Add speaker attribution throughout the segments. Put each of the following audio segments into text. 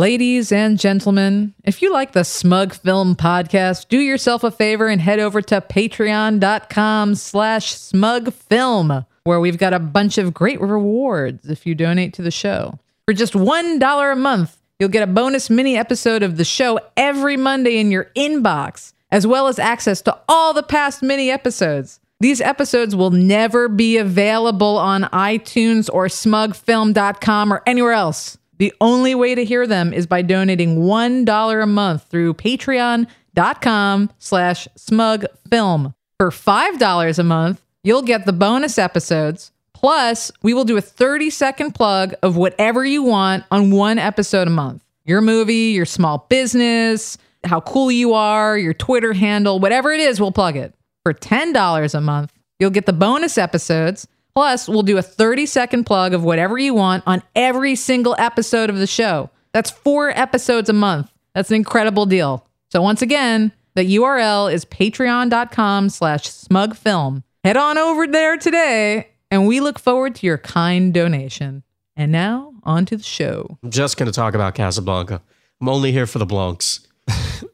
Speaker 1: Ladies and gentlemen, if you like the Smug Film Podcast, do yourself a favor and head over to patreon.com slash smugfilm, where we've got a bunch of great rewards if you donate to the show. For just $1 a month, you'll get a bonus mini episode of the show every Monday in your inbox, as well as access to all the past mini episodes. These episodes will never be available on iTunes or smugfilm.com or anywhere else. The only way to hear them is by donating $1 a month through patreon.com slash smugfilm. For $5 a month, you'll get the bonus episodes. Plus, we will do a 30 second plug of whatever you want on one episode a month your movie, your small business, how cool you are, your Twitter handle, whatever it is, we'll plug it. For $10 a month, you'll get the bonus episodes. Plus, we'll do a 30 second plug of whatever you want on every single episode of the show. That's four episodes a month. That's an incredible deal. So once again, the URL is patreon.com slash smugfilm. Head on over there today, and we look forward to your kind donation. And now, on to the show.
Speaker 2: I'm just going to talk about Casablanca. I'm only here for the Blancs.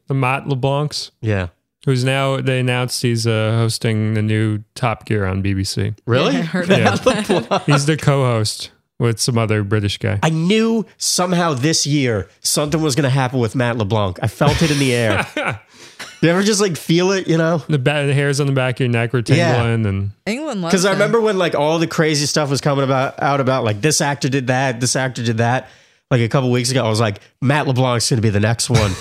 Speaker 3: The Matt LeBlancs,
Speaker 2: Yeah.
Speaker 3: who's now they announced he's uh, hosting the new Top Gear on BBC.
Speaker 2: Really?
Speaker 1: I heard
Speaker 3: Yeah.
Speaker 1: about that.
Speaker 3: He's the co-host with some other British guy.
Speaker 2: I knew somehow this year something was going to happen with Matt LeBlanc. I felt it in the air. you ever just like feel it, you know?
Speaker 3: The, ba- the hairs on the back of your neck were
Speaker 2: Yeah.
Speaker 3: tingling, and
Speaker 1: England loves
Speaker 2: Because I
Speaker 1: him.
Speaker 2: remember when like all the crazy stuff was coming about out about like this actor did that, this actor did that. Like a couple weeks ago, I was like, Matt LeBlanc's going to be the next one.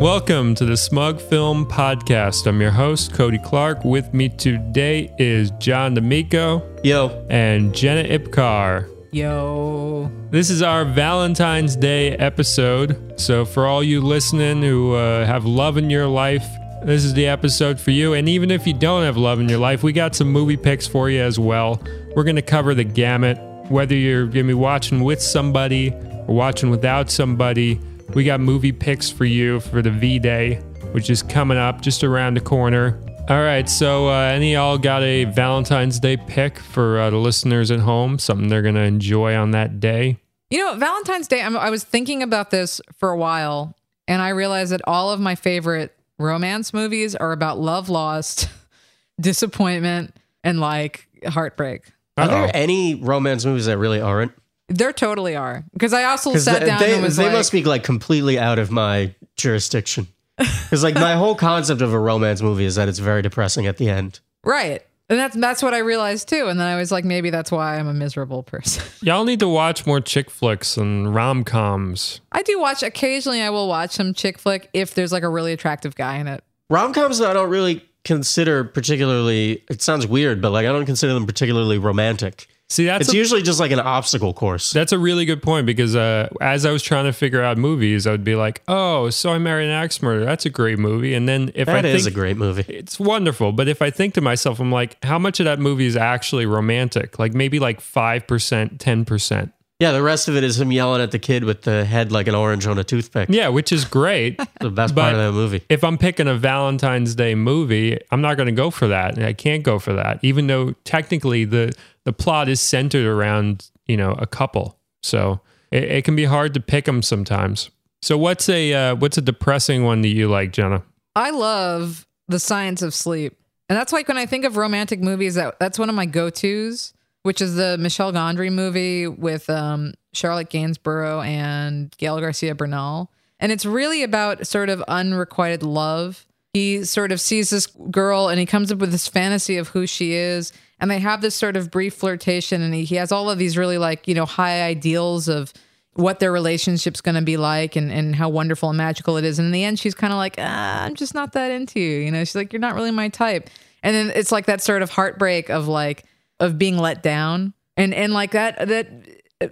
Speaker 3: welcome to the Smug Film Podcast. I'm your host Cody Clark. With me today is John D'Amico
Speaker 2: Yo,
Speaker 3: and Jenna Ipkar.
Speaker 1: Yo.
Speaker 3: This is our Valentine's Day episode. So, for all you listening who uh, have love in your life, this is the episode for you. And even if you don't have love in your life, we got some movie picks for you as well. We're going to cover the gamut, whether you're going to be watching with somebody or watching without somebody. We got movie picks for you for the V Day, which is coming up just around the corner. All right, so uh, any of y'all got a Valentine's Day pick for uh, the listeners at home? Something they're gonna enjoy on that day?
Speaker 1: You know, Valentine's Day, I'm, I was thinking about this for a while, and I realized that all of my favorite romance movies are about love lost, disappointment, and like heartbreak.
Speaker 2: are
Speaker 3: Uh-oh.
Speaker 2: there any romance movies that really aren't?
Speaker 1: There totally are. Because I also
Speaker 2: Because
Speaker 1: sat
Speaker 2: they,
Speaker 1: down and was
Speaker 2: they
Speaker 1: like,
Speaker 2: must be like completely out of my jurisdiction. Because like my whole concept of a romance movie is that it's very depressing at the end.
Speaker 1: right. And that's that's what I realized too. And then I was like, maybe that's why I'm a miserable person.
Speaker 3: Y'all need to watch more chick flicks and rom coms.
Speaker 1: I do watch occasionally. I will watch some chick flick if there's like a really attractive guy in it.
Speaker 2: Rom coms I don't really consider particularly. It sounds weird, but like I don't consider them particularly romantic.
Speaker 3: See, that's
Speaker 2: it's
Speaker 3: a,
Speaker 2: usually just like an obstacle course.
Speaker 3: that's a really good point because uh, as I was trying to figure out movies, I would be like, "Oh, so I married an axe murderer. That's a great movie." And then if
Speaker 2: That
Speaker 3: I
Speaker 2: is
Speaker 3: think
Speaker 2: a great movie.
Speaker 3: it's wonderful, but if I think to myself, I'm like, "How much of that movie is actually romantic? Like maybe like five percent, ten percent."
Speaker 2: Yeah, the rest of it is him yelling at the kid with the head like an orange on a toothpick.
Speaker 3: Yeah, which is great.
Speaker 2: The best
Speaker 3: But-
Speaker 2: part of that movie.
Speaker 3: if I'm picking a Valentine's Day movie, I'm not going to go for that, and I can't go for that, even though technically the the plot is centered around you know a couple. So it, it can be hard to pick them sometimes. So what's a uh, what's a depressing one that you like, Jenna?
Speaker 1: I love the science of sleep. And that's like when I think of romantic movies, that that's one of my go-tos, which is the Michel Gondry movie with um, Charlotte Gainsborough and Gail Garcia Bernal. And it's really about sort of unrequited love. He sort of sees this girl and he comes up with this fantasy of who she is. And they have this sort of brief flirtation. And he, he has all of these really like, you know, high ideals of what their relationship's going to be like and, and how wonderful and magical it is. And in the end, she's kind of like, ah, I'm just not that into you. You know, she's like, you're not really my type. And then it's like that sort of heartbreak of like, of being let down. And, and like that, that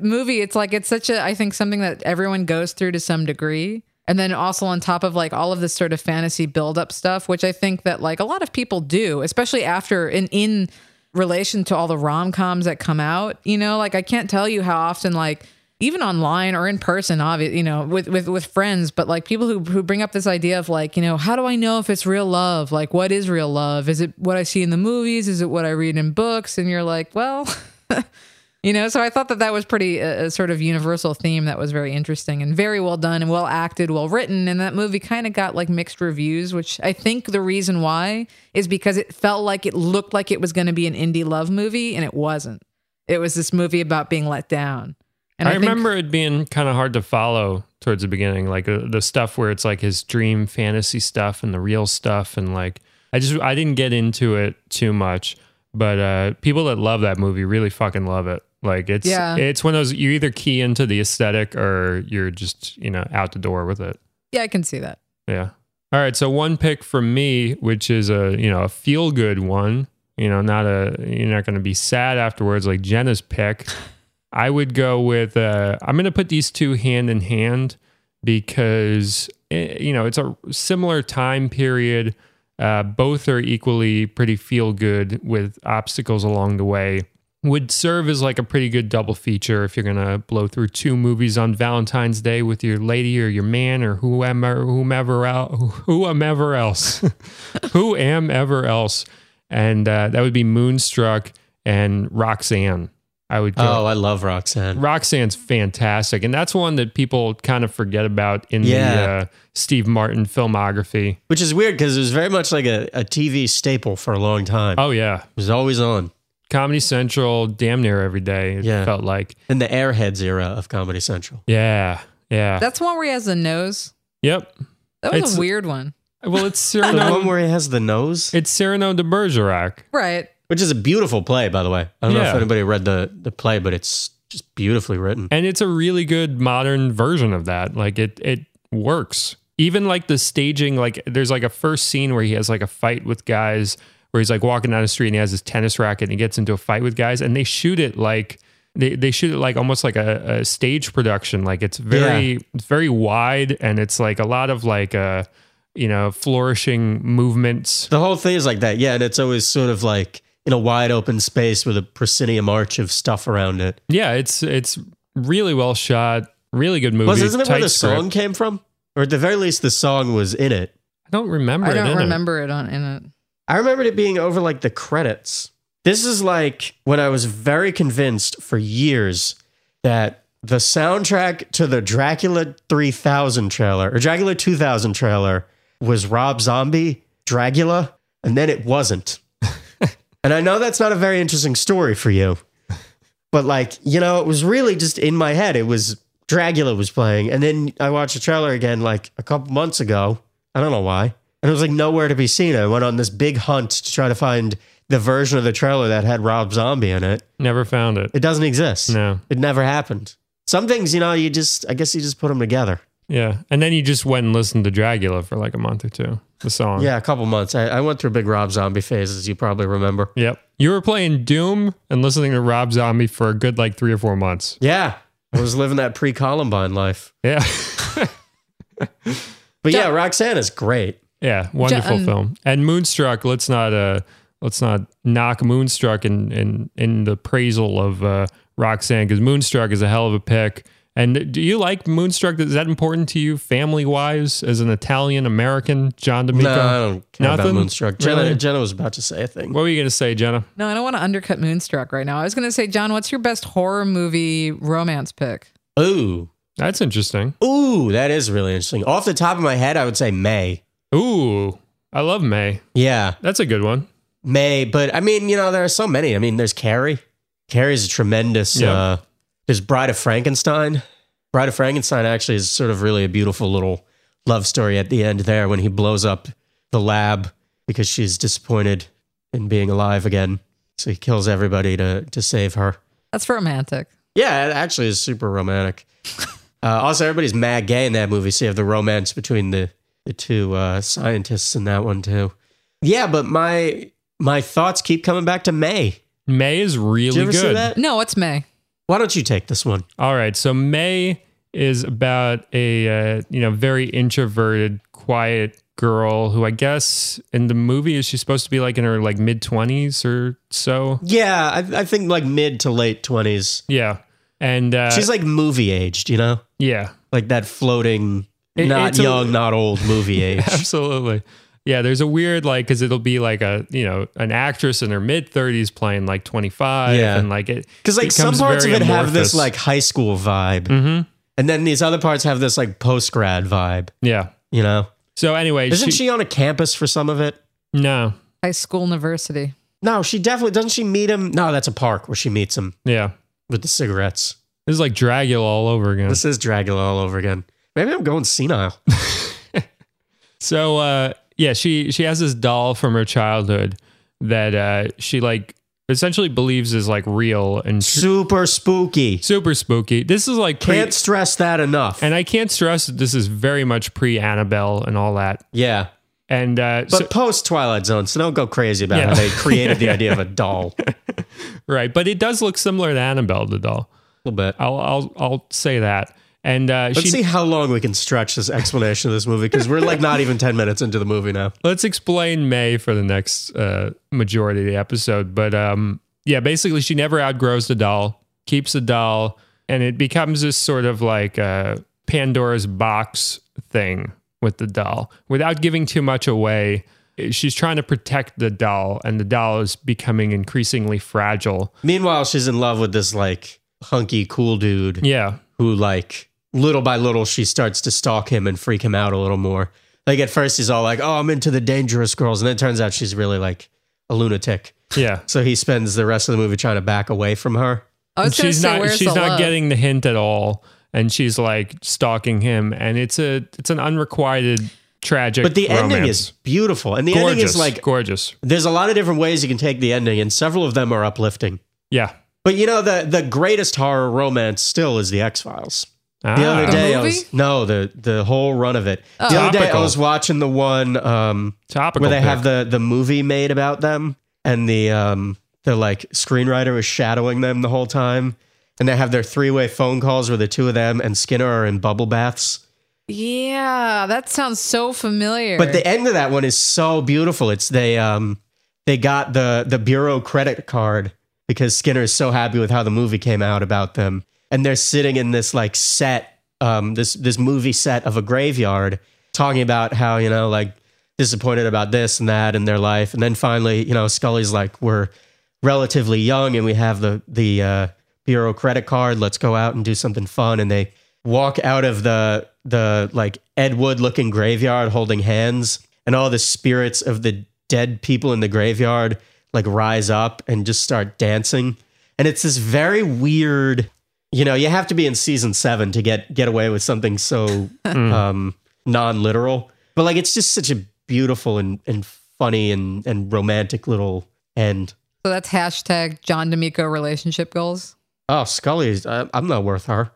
Speaker 1: movie, it's like, it's such a, I think something that everyone goes through to some degree. And then also on top of like all of this sort of fantasy buildup stuff, which I think that like a lot of people do, especially after and in relation to all the rom coms that come out, you know, like I can't tell you how often like even online or in person, obviously, you know, with, with, with friends, but like people who, who bring up this idea of like, you know, how do I know if it's real love? Like, what is real love? Is it what I see in the movies? Is it what I read in books? And you're like, well, you know, so I thought that that was pretty uh, a sort of universal theme that was very interesting and very well done and well acted, well written. And that movie kind of got like mixed reviews, which I think the reason why is because it felt like it looked like it was going to be an indie love movie and it wasn't. It was this movie about being let down. And
Speaker 3: I,
Speaker 1: think-
Speaker 3: remember it being kind of hard to follow towards the beginning, like uh, the stuff where it's like his dream fantasy stuff and the real stuff, and like I just I didn't get into it too much, but uh, people that love that movie really fucking love it. Like it's
Speaker 1: Yeah.
Speaker 3: it's one of those you either key into the aesthetic or you're just you know out the door with it.
Speaker 1: yeah, I can see that.
Speaker 3: Yeah. All right. So one pick from me, which is a you know a feel good one. You know, not a you're not going to be sad afterwards like Jenna's pick. I would go with uh, I'm going to put these two hand in hand because eh, you know it's a similar time period. Uh, both are equally pretty feel good with obstacles along the way. Would serve as like a pretty good double feature if you're gonna blow through two movies on Valentine's Day with your lady or your man or whoever whomever el- whomever else, who am ever else, and uh, that would be Moonstruck and Roxanne. I would go
Speaker 2: Oh, I love Roxanne.
Speaker 3: Roxanne's fantastic, and that's one that people kind of forget about in
Speaker 2: Yeah.
Speaker 3: the uh, Steve Martin filmography.
Speaker 2: Which is weird because it was very much like a, a TV staple for a long time.
Speaker 3: Oh yeah,
Speaker 2: It was always on.
Speaker 3: Comedy Central, damn near every day. It
Speaker 2: Yeah.
Speaker 3: felt like
Speaker 2: In the Airheads era of Comedy Central.
Speaker 3: yeah, yeah,
Speaker 1: That's one where he has the nose.
Speaker 3: yep.
Speaker 1: That was
Speaker 3: It's-
Speaker 1: a weird one.
Speaker 3: Well, it's
Speaker 2: The one
Speaker 3: Cyrano.
Speaker 2: where he has the nose,
Speaker 3: it's Cyrano de Bergerac.
Speaker 1: Right.
Speaker 2: which is a beautiful play, by the way. I don't know if
Speaker 3: Yeah.
Speaker 2: anybody read the, the play, but it's just beautifully written.
Speaker 3: and it's a really good modern version of that like it it works even like the staging like there's like a first scene where he has like a fight with guys where he's like walking down the street and he has his tennis racket and he gets into a fight with guys and they shoot it like they, they shoot it like almost like a, a stage production like it's very it's very wide and it's like a lot of like uh you know flourishing movements
Speaker 2: The whole thing is like that. Yeah. And it's always sort of like in a wide open space with a proscenium arch of stuff around it.
Speaker 3: yeah it's it's really well shot really good movie
Speaker 2: Plus, isn't it where
Speaker 3: tight
Speaker 2: the
Speaker 3: script.
Speaker 2: song came from? Or at the very least, the song was in it.
Speaker 3: i don't remember
Speaker 1: I
Speaker 3: it in
Speaker 1: don't
Speaker 3: it.
Speaker 1: remember it on in it.
Speaker 2: I remembered it being over like the credits. This is like when I was very convinced for years that the soundtrack to the Dracula 3000 trailer or Dracula 2000 trailer was Rob Zombie, Dracula, and then it wasn't. and I know that's not a very interesting story for you, but like, you know, it was really just in my head. It was Dracula was playing. And then I watched the trailer again like a couple months ago. I don't know why. And it was like nowhere to be seen. I went on this big hunt to try to find the version of the trailer that had Rob Zombie in it.
Speaker 3: never found it
Speaker 2: It doesn't exist.
Speaker 3: no
Speaker 2: It never happened. Some things, you know, you just, I guess you just put them together.
Speaker 3: Yeah. And then you just went and listened to Dragula for like a month or two, the song.
Speaker 2: Yeah, a couple months. I, I went through a big Rob Zombie phase, as you probably remember.
Speaker 3: Yep. You were playing Doom and listening to Rob Zombie for a good like three or four months.
Speaker 2: Yeah. I was living that pre Columbine life.
Speaker 3: Yeah.
Speaker 2: But yeah, Roxanne is great.
Speaker 3: yeah. Wonderful
Speaker 1: um,
Speaker 3: film. And Moonstruck, let's not uh let's not knock Moonstruck in in, in the appraisal of uh Roxanne because Moonstruck is a hell of a pick. And do you like Moonstruck? Is that important to you family wise as an Italian American, John
Speaker 2: No,
Speaker 3: D'Amico?
Speaker 2: I don't care
Speaker 3: Nothing?
Speaker 2: about Moonstruck. Jenna,
Speaker 3: Really?
Speaker 2: Jenna was about to say a thing.
Speaker 3: What were you gonna say, Jenna?
Speaker 1: No, I don't want to undercut Moonstruck right now. I was going to say, John, what's your best horror movie romance pick?
Speaker 2: Ooh.
Speaker 3: That's interesting.
Speaker 2: Ooh, that is really interesting. Off the top of my head, I would say May.
Speaker 3: Ooh. I love May.
Speaker 2: Yeah.
Speaker 3: That's a good one.
Speaker 2: May, but I mean, you know, there are so many. I mean, there's Carrie. Carrie's a tremendous.
Speaker 3: Yeah.
Speaker 2: Uh, there's Bride of Frankenstein. Bride of Frankenstein actually is sort of really a beautiful little love story at the end there when he blows up the lab because she's disappointed in being alive again. So he kills everybody to to save her.
Speaker 1: That's romantic.
Speaker 2: Yeah, it actually is super romantic. Uh, also, everybody's mad gay in that movie, so you have the romance between the the two uh, scientists in that one too. Yeah, but my my thoughts keep coming back to May.
Speaker 3: May is really
Speaker 2: Did you ever
Speaker 3: good.
Speaker 2: see that?
Speaker 1: No, it's May.
Speaker 2: Why don't you take this one?
Speaker 3: All right, so May is about a uh, you know very introverted, quiet girl who I guess in the movie is she supposed to be like in her like mid twenties or so.
Speaker 2: Yeah, I, I think like mid to late twenties.
Speaker 3: Yeah. And uh,
Speaker 2: She's like movie aged, you know,
Speaker 3: yeah,
Speaker 2: like that floating,
Speaker 3: It-
Speaker 2: not
Speaker 3: it's a-
Speaker 2: young, not old movie age.
Speaker 3: Absolutely. Yeah, there's a weird like because it'll be like a you know an actress in her mid 30s playing like 25
Speaker 2: Yeah.
Speaker 3: and like it
Speaker 2: Because like some
Speaker 3: becomes
Speaker 2: parts of
Speaker 3: very
Speaker 2: it have
Speaker 3: amorphous.
Speaker 2: this like high school vibe,
Speaker 3: Mhm.
Speaker 2: and then these other parts have this like post grad vibe.
Speaker 3: yeah.
Speaker 2: You know,
Speaker 3: So anyway,
Speaker 2: isn't she on a campus for some of it?
Speaker 3: No,
Speaker 1: High school university.
Speaker 2: No, she definitely doesn't. She meet him. No, that's a park where she meets him
Speaker 3: yeah,
Speaker 2: with the cigarettes.
Speaker 3: this is like Dragula all over again.
Speaker 2: This is Dragula all over again. Maybe I'm going senile.
Speaker 3: So uh yeah, she she has this doll from her childhood that uh she like essentially believes is like real and tr-
Speaker 2: Super spooky.
Speaker 3: super spooky. This is like pre-
Speaker 2: Can't stress that enough.
Speaker 3: and I can't stress that this is very much pre Annabelle and all that.
Speaker 2: yeah.
Speaker 3: And uh
Speaker 2: But
Speaker 3: so-
Speaker 2: post Twilight Zone, so don't go crazy about
Speaker 3: Yeah.
Speaker 2: how they created the idea of a doll. A
Speaker 3: right, but it does look similar to Annabelle the doll.
Speaker 2: little bit.
Speaker 3: I'll I'll I'll say that. And uh
Speaker 2: Let's
Speaker 3: she
Speaker 2: see how long we can stretch this explanation of this movie because we're like not even 10 minutes into the movie now.
Speaker 3: let's explain May for the next uh, majority of the episode. But um, yeah, basically, she never outgrows the doll, keeps the doll, and it becomes this sort of like uh, Pandora's box thing with the doll without giving too much away. She's trying to protect the doll, and the doll is becoming increasingly fragile.
Speaker 2: Meanwhile, she's in love with this like hunky cool dude
Speaker 3: Yeah,
Speaker 2: who like little by little she starts to stalk him and freak him out a little more. Like at first he's all like, "Oh, I'm into the dangerous girls," and then it turns out she's really like a lunatic.
Speaker 3: yeah.
Speaker 2: So he spends the rest of the movie trying to back away from her.
Speaker 1: I was going to
Speaker 3: she's
Speaker 1: say,
Speaker 3: not
Speaker 1: where's
Speaker 3: she's
Speaker 1: the
Speaker 3: not
Speaker 1: love?
Speaker 3: getting the hint at all, and she's like stalking him, and it's a it's an unrequited tragic.
Speaker 2: But the ending
Speaker 3: romance.
Speaker 2: is beautiful, and the
Speaker 3: gorgeous,
Speaker 2: ending is like
Speaker 3: gorgeous.
Speaker 2: there's a lot of different ways you can take the ending, and several of them are uplifting.
Speaker 3: Yeah.
Speaker 2: But you know the the greatest horror romance still is the X Files. The
Speaker 3: Ah.
Speaker 2: other day, I
Speaker 1: movie?
Speaker 2: was no the the whole run of it. The other day, I
Speaker 3: Topical.
Speaker 2: was watching the one um,
Speaker 3: topical
Speaker 2: where they
Speaker 3: pick.
Speaker 2: have the the movie made about them, and the um, the like screenwriter is shadowing them the whole time, and they have their three way phone calls where the two of them and Skinner are in bubble baths.
Speaker 1: Yeah, that sounds so familiar.
Speaker 2: But the end of that one is so beautiful. It's they um they got the the bureau credit card because Skinner is so happy with how the movie came out about them, and they're sitting in this like set um this this movie set of a graveyard talking about how you know like disappointed about this and that in their life, and then finally you know Scully's like we're relatively young and we have the the uh, bureau credit card. Let's go out and do something fun. And they walk out of the the like Ed Wood looking graveyard holding hands, and all the spirits of the dead people in the graveyard like rise up and just start dancing. And it's this very weird. You know, you have to be in season seven to get get away with something so um, non literal. But like, it's just such a beautiful and and funny and and romantic little end.
Speaker 1: so that's hashtag John D'Amico relationship goals.
Speaker 2: Oh, Scully, is, I, I'm not worth her.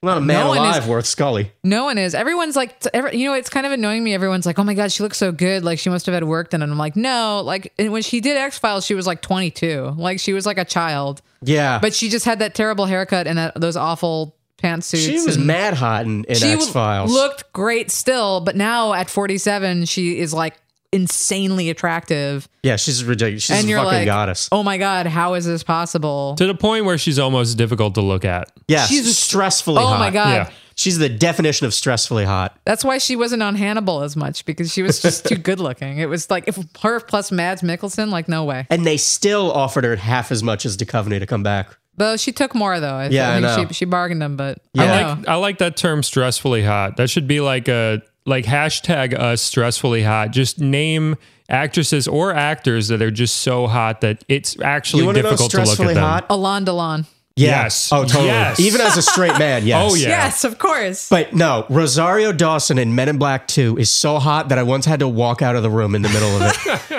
Speaker 2: I'm not a man
Speaker 1: No one
Speaker 2: alive
Speaker 1: is-
Speaker 2: worth Scully.
Speaker 1: No one is. Everyone's like, t- every, you know, it's kind of annoying me. Everyone's like, oh my God, she looks so good. Like she must have had work done. And I'm like, no. Like and when she did X Files, she was like 22. Like she was like a child.
Speaker 2: Yeah,
Speaker 1: But she just had that terrible haircut and that, those awful pantsuits.
Speaker 2: she was
Speaker 1: and-
Speaker 2: mad hot in, in
Speaker 1: She
Speaker 2: X Files.
Speaker 1: looked great still. But now at 47, she is like insanely attractive.
Speaker 2: yeah, she's ridiculous. She's
Speaker 1: and
Speaker 2: a
Speaker 1: you're
Speaker 2: fucking
Speaker 1: like,
Speaker 2: goddess.
Speaker 1: oh my God, how is this possible?
Speaker 3: to the point where she's almost difficult to look at.
Speaker 2: Yeah,
Speaker 1: she's
Speaker 2: she's
Speaker 1: a-
Speaker 2: stressfully.
Speaker 1: Oh
Speaker 2: hot.
Speaker 1: my God.
Speaker 3: Yeah.
Speaker 2: she's the definition of stressfully hot.
Speaker 1: That's why she wasn't on Hannibal as much because she was just too good looking. It was like if her plus Mads Mikkelsen, like no way.
Speaker 2: And they still offered her half as much as Duchovny to come back.
Speaker 1: Though she took more though. I
Speaker 2: Yeah, I
Speaker 1: think
Speaker 2: know.
Speaker 1: she she bargained them, but
Speaker 2: Yeah.
Speaker 1: I
Speaker 2: I
Speaker 1: don't know.
Speaker 3: I like that term stressfully hot. That should be like a like hashtag us stressfully hot. Just name actresses or actors that are just so hot that it's actually
Speaker 2: You want to know
Speaker 3: difficult to look
Speaker 2: stressfully
Speaker 3: at them.
Speaker 2: hot?
Speaker 1: Alon Delon.
Speaker 3: Yes.
Speaker 2: Oh, totally.
Speaker 3: Yes.
Speaker 2: Even as a straight man, yes.
Speaker 3: Oh yeah.
Speaker 1: Yes, of course.
Speaker 2: But no, Rosario Dawson in Men in Black 2 is so hot that I once had to walk out of the room in the middle of it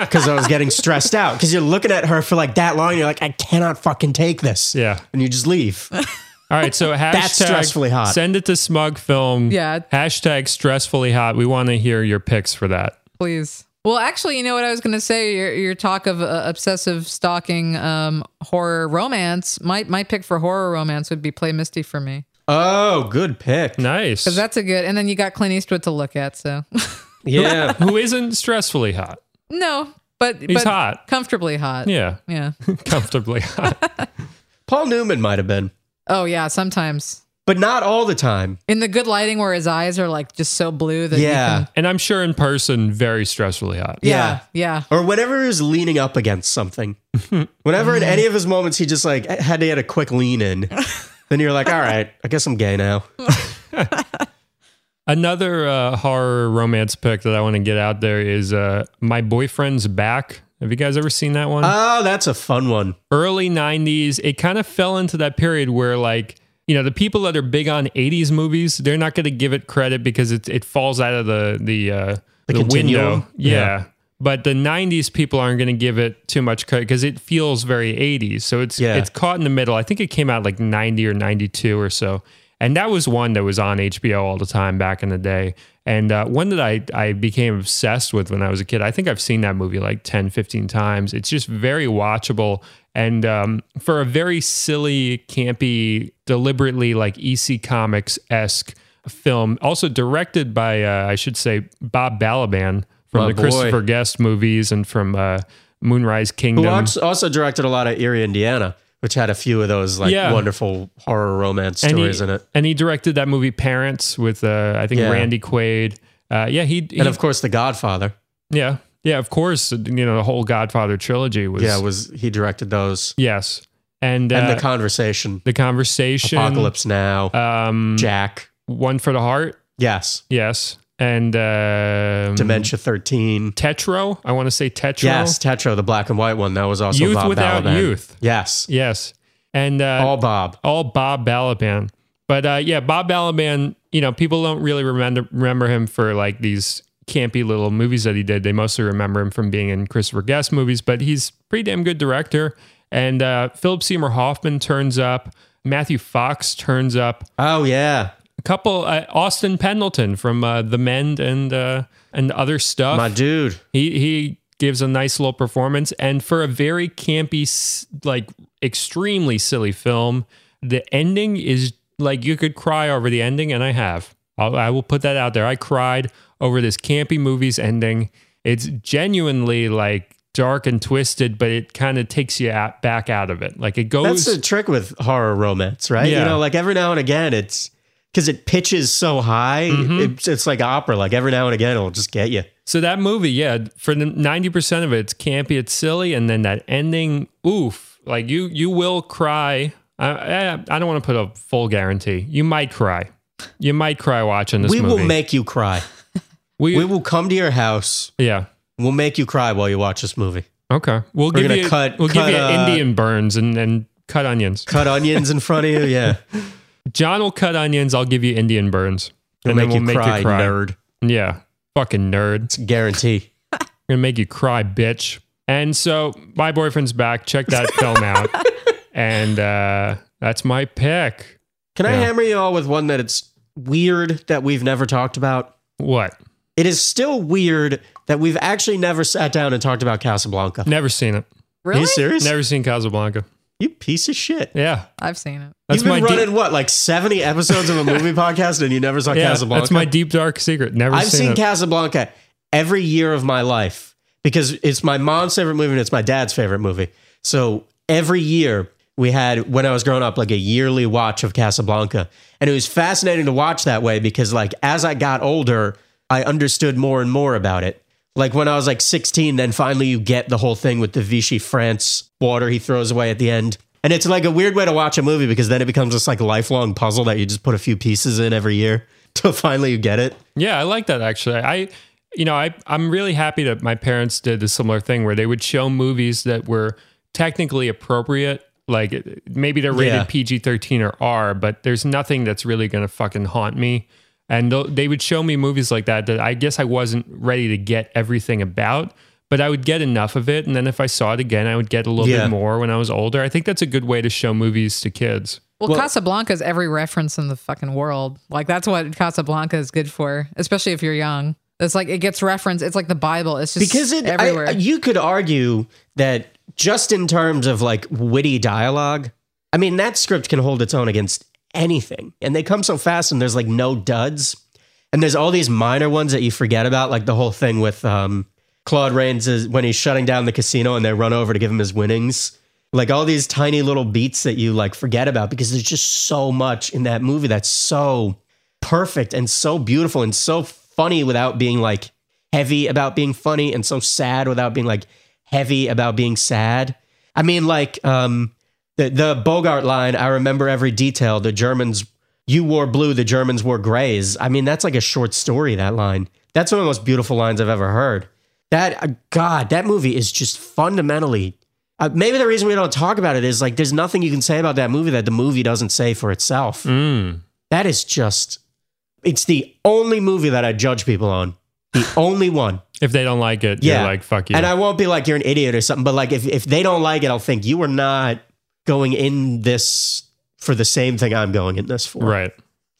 Speaker 2: because I was getting stressed out. Because you're looking at her for like that long, and you're like, I cannot fucking take this.
Speaker 3: Yeah.
Speaker 2: And you just leave.
Speaker 3: All right. So hashtag
Speaker 2: stressfully hot.
Speaker 3: Send it to smug film.
Speaker 1: Yeah.
Speaker 3: Hashtag stressfully hot. We want to hear your picks for that.
Speaker 1: Please. Well, actually, you know what I was going to say. Your, your talk of uh, obsessive stalking, um, horror romance. My my pick for horror romance would be Play Misty for me.
Speaker 2: oh, good pick.
Speaker 3: Nice.
Speaker 1: That's a good. And then you got Clint Eastwood to look at. So
Speaker 2: Yeah.
Speaker 3: Who isn't stressfully hot?
Speaker 1: no, but
Speaker 3: He's
Speaker 1: but
Speaker 3: hot.
Speaker 1: comfortably hot.
Speaker 3: Yeah.
Speaker 1: yeah.
Speaker 3: Comfortably hot.
Speaker 2: Paul Newman might have been.
Speaker 1: Oh yeah, sometimes
Speaker 2: but not all the time.
Speaker 1: in the good lighting where his eyes are like just so blue that you
Speaker 2: Yeah.
Speaker 1: can-
Speaker 3: And I'm sure in person, very stressfully hot.
Speaker 1: yeah, yeah,
Speaker 2: Or whenever he was leaning up against something. whenever
Speaker 1: Mm.
Speaker 2: in any of his moments he just like eh, had to get a quick lean in. then you're like, all right, I guess I'm gay now.
Speaker 3: Another uh, horror romance pick that I want to get out there is uh, My Boyfriend's Back. Have you guys ever seen that one?
Speaker 2: Oh, that's a fun one.
Speaker 3: Early 90s, it kind of fell into that period where, like, you know, the people that are big on 80s movies, they're not going to give it credit because it, it falls out of the, the, uh,
Speaker 2: The
Speaker 3: the,
Speaker 2: continuum?
Speaker 3: window. Yeah. But the 90s people aren't going to give it too much credit because it feels very 80s. So it's,
Speaker 2: Yeah.
Speaker 3: it's caught in the middle. I think it came out like 90 or 92 or so. And that was one that was on HBO all the time back in the day. And uh, one that I, I became obsessed with when I was a kid. I think I've seen that movie like 10, 15 times. It's just very watchable. And um, for a very silly, campy, deliberately like EC Comics esque film, also directed by, uh, I should say, Bob Balaban from
Speaker 2: My
Speaker 3: the
Speaker 2: boy.
Speaker 3: Christopher Guest movies and from uh, Moonrise
Speaker 2: Who
Speaker 3: Kingdom.
Speaker 2: als- also directed a lot of Erie, Indiana, which had a few of those like
Speaker 3: Yeah.
Speaker 2: wonderful horror romance stories
Speaker 3: he,
Speaker 2: in it.
Speaker 3: And he directed that movie Parents with uh, I think
Speaker 2: Yeah.
Speaker 3: Randy Quaid. Uh, yeah, he, he
Speaker 2: And of course, The Godfather.
Speaker 3: yeah yeah of course you know the whole Godfather trilogy was
Speaker 2: yeah, was he directed those?
Speaker 3: yes and, uh,
Speaker 2: and The Conversation,
Speaker 3: the conversation
Speaker 2: Apocalypse Now,
Speaker 3: um Mm-hmm.
Speaker 2: Jack.
Speaker 3: one for the heart
Speaker 2: Yes,
Speaker 3: yes and um,
Speaker 2: Dementia Thirteen.
Speaker 3: Tetro I want to say Tetro
Speaker 2: Yes, Tetra, the black and white one. That was also
Speaker 3: Youth
Speaker 2: Bob
Speaker 3: Without
Speaker 2: Balaban.
Speaker 3: Youth.
Speaker 2: Yes,
Speaker 3: yes and uh,
Speaker 2: all Bob.
Speaker 3: all Bob Balaban. But uh, yeah, Bob Balaban, you know, people don't really remember remember him for like these campy little movies that he did. They mostly remember him from being in Christopher Guest movies, but he's pretty damn good director. And uh, Philip Seymour Hoffman turns up, Matthew Fox turns up,
Speaker 2: Oh yeah,
Speaker 3: a couple uh, Austin Pendleton from uh, The Mend and uh, and other stuff.
Speaker 2: my dude.
Speaker 3: He he gives a nice little performance, and for a very campy, s- like extremely silly film, the ending is like you could cry over the ending, and I have. I'll, I will put that out there. I cried over this campy movie's ending. It's genuinely like dark and twisted, but it kind of takes you out, back out of it. Like it goes.
Speaker 2: That's the trick with horror romance, right? You
Speaker 3: Yeah.
Speaker 2: know, like every now and again, it's because it pitches so high. It's, it's like opera. Like every now and again, it'll just get you.
Speaker 3: So that movie, yeah, for the ninety percent of it, it's campy, it's silly, and then that ending, oof! Like you, you will cry. I, I, I don't want to put a full guarantee. You might cry. You might cry watching this
Speaker 2: we
Speaker 3: movie.
Speaker 2: will make you cry.
Speaker 3: We,
Speaker 2: we will come to your house.
Speaker 3: yeah.
Speaker 2: We'll make you cry while you watch this movie.
Speaker 3: Okay. We'll give
Speaker 2: gonna
Speaker 3: you.
Speaker 2: cut-
Speaker 3: we'll
Speaker 2: cut,
Speaker 3: give you
Speaker 2: uh,
Speaker 3: Indian burns and and cut onions.
Speaker 2: Cut onions in front of you. Yeah,
Speaker 3: John will cut onions. I'll give you Indian burns.
Speaker 2: we'll make, you, cry, nerd.
Speaker 3: Yeah. Fucking nerd.
Speaker 2: It's a guarantee.
Speaker 3: I'm gonna make you cry, bitch. And so my boyfriend's back. Check that film out. And uh, that's my pick.
Speaker 2: Can I
Speaker 3: Yeah.
Speaker 2: hammer you all with one that it's weird that we've never talked about?
Speaker 3: What?
Speaker 2: It is still weird that we've actually never sat down and talked about Casablanca.
Speaker 3: Never seen it.
Speaker 2: Are
Speaker 1: really?
Speaker 2: you serious?
Speaker 3: Never seen Casablanca.
Speaker 2: You piece of shit.
Speaker 3: Yeah.
Speaker 1: I've seen it.
Speaker 3: That's
Speaker 2: You've been
Speaker 3: my
Speaker 2: running
Speaker 3: deep,
Speaker 2: what, like seventy episodes of a movie podcast, and you never saw
Speaker 3: yeah,
Speaker 2: Casablanca.
Speaker 3: That's my deep dark secret. Never
Speaker 2: I've seen
Speaker 3: it.
Speaker 2: Casablanca every year of my life because it's my mom's favorite movie and it's my dad's favorite movie. So every year we had when I was growing up like a yearly watch of Casablanca, and it was fascinating to watch that way because like as I got older, I understood more and more about it. Like when I was like 16, then finally you get the whole thing with the Vichy France water he throws away at the end. And it's like a weird way to watch a movie because then it becomes this like lifelong puzzle that you just put a few pieces in every year till finally you get it.
Speaker 3: yeah, I like that actually. I, you know, I I'm really happy that my parents did a similar thing where they would show movies that were technically appropriate. Like it- maybe they're rated
Speaker 2: Yeah.
Speaker 3: PG-13 or R, but there's nothing that's really gonna fucking haunt me. And they'll- they would show me movies like that that I guess I wasn't ready to get everything about, but I would get enough of it. And then if I saw it again, I would get a little
Speaker 2: Yeah.
Speaker 3: bit more when I was older. I think that's a good way to show movies to kids.
Speaker 1: Well, Casablanca's every reference in the fucking world. Like that's what Casablanca is good for, especially if you're young. It's like it gets referenced. It's like the Bible. It's just
Speaker 2: because it I-
Speaker 1: everywhere.
Speaker 2: you could argue that just in terms of like witty dialogue, I mean that script can hold its own against anything, and they come so fast, and there's like no duds, and there's all these minor ones that you forget about, like the whole thing with um, Claude Rains is when he's shutting down the casino, and they run over to give him his winnings. Like all these tiny little beats that you like forget about because there's just so much in that movie that's so perfect and so beautiful and so funny without being like heavy about being funny and so sad without being like heavy about being sad. I mean, like um, the the Bogart line, I remember every detail. The Germans, you wore blue, the Germans wore grays. I mean, that's like a short story. That line. That's one of the most beautiful lines I've ever heard. That uh, God, that movie is just fundamentally. Uh, maybe the reason we don't talk about it is like there's nothing you can say about that movie that the movie doesn't say for itself.
Speaker 3: Mm.
Speaker 2: That is just. It's the only movie that I judge people on. The only one.
Speaker 3: If they don't like it,
Speaker 2: Yeah.
Speaker 3: you're like, fuck you.
Speaker 2: And I won't be like you're an idiot or something, but like if, if they don't like it, I'll think you are not going in this for the same thing I'm going in this for.
Speaker 3: right.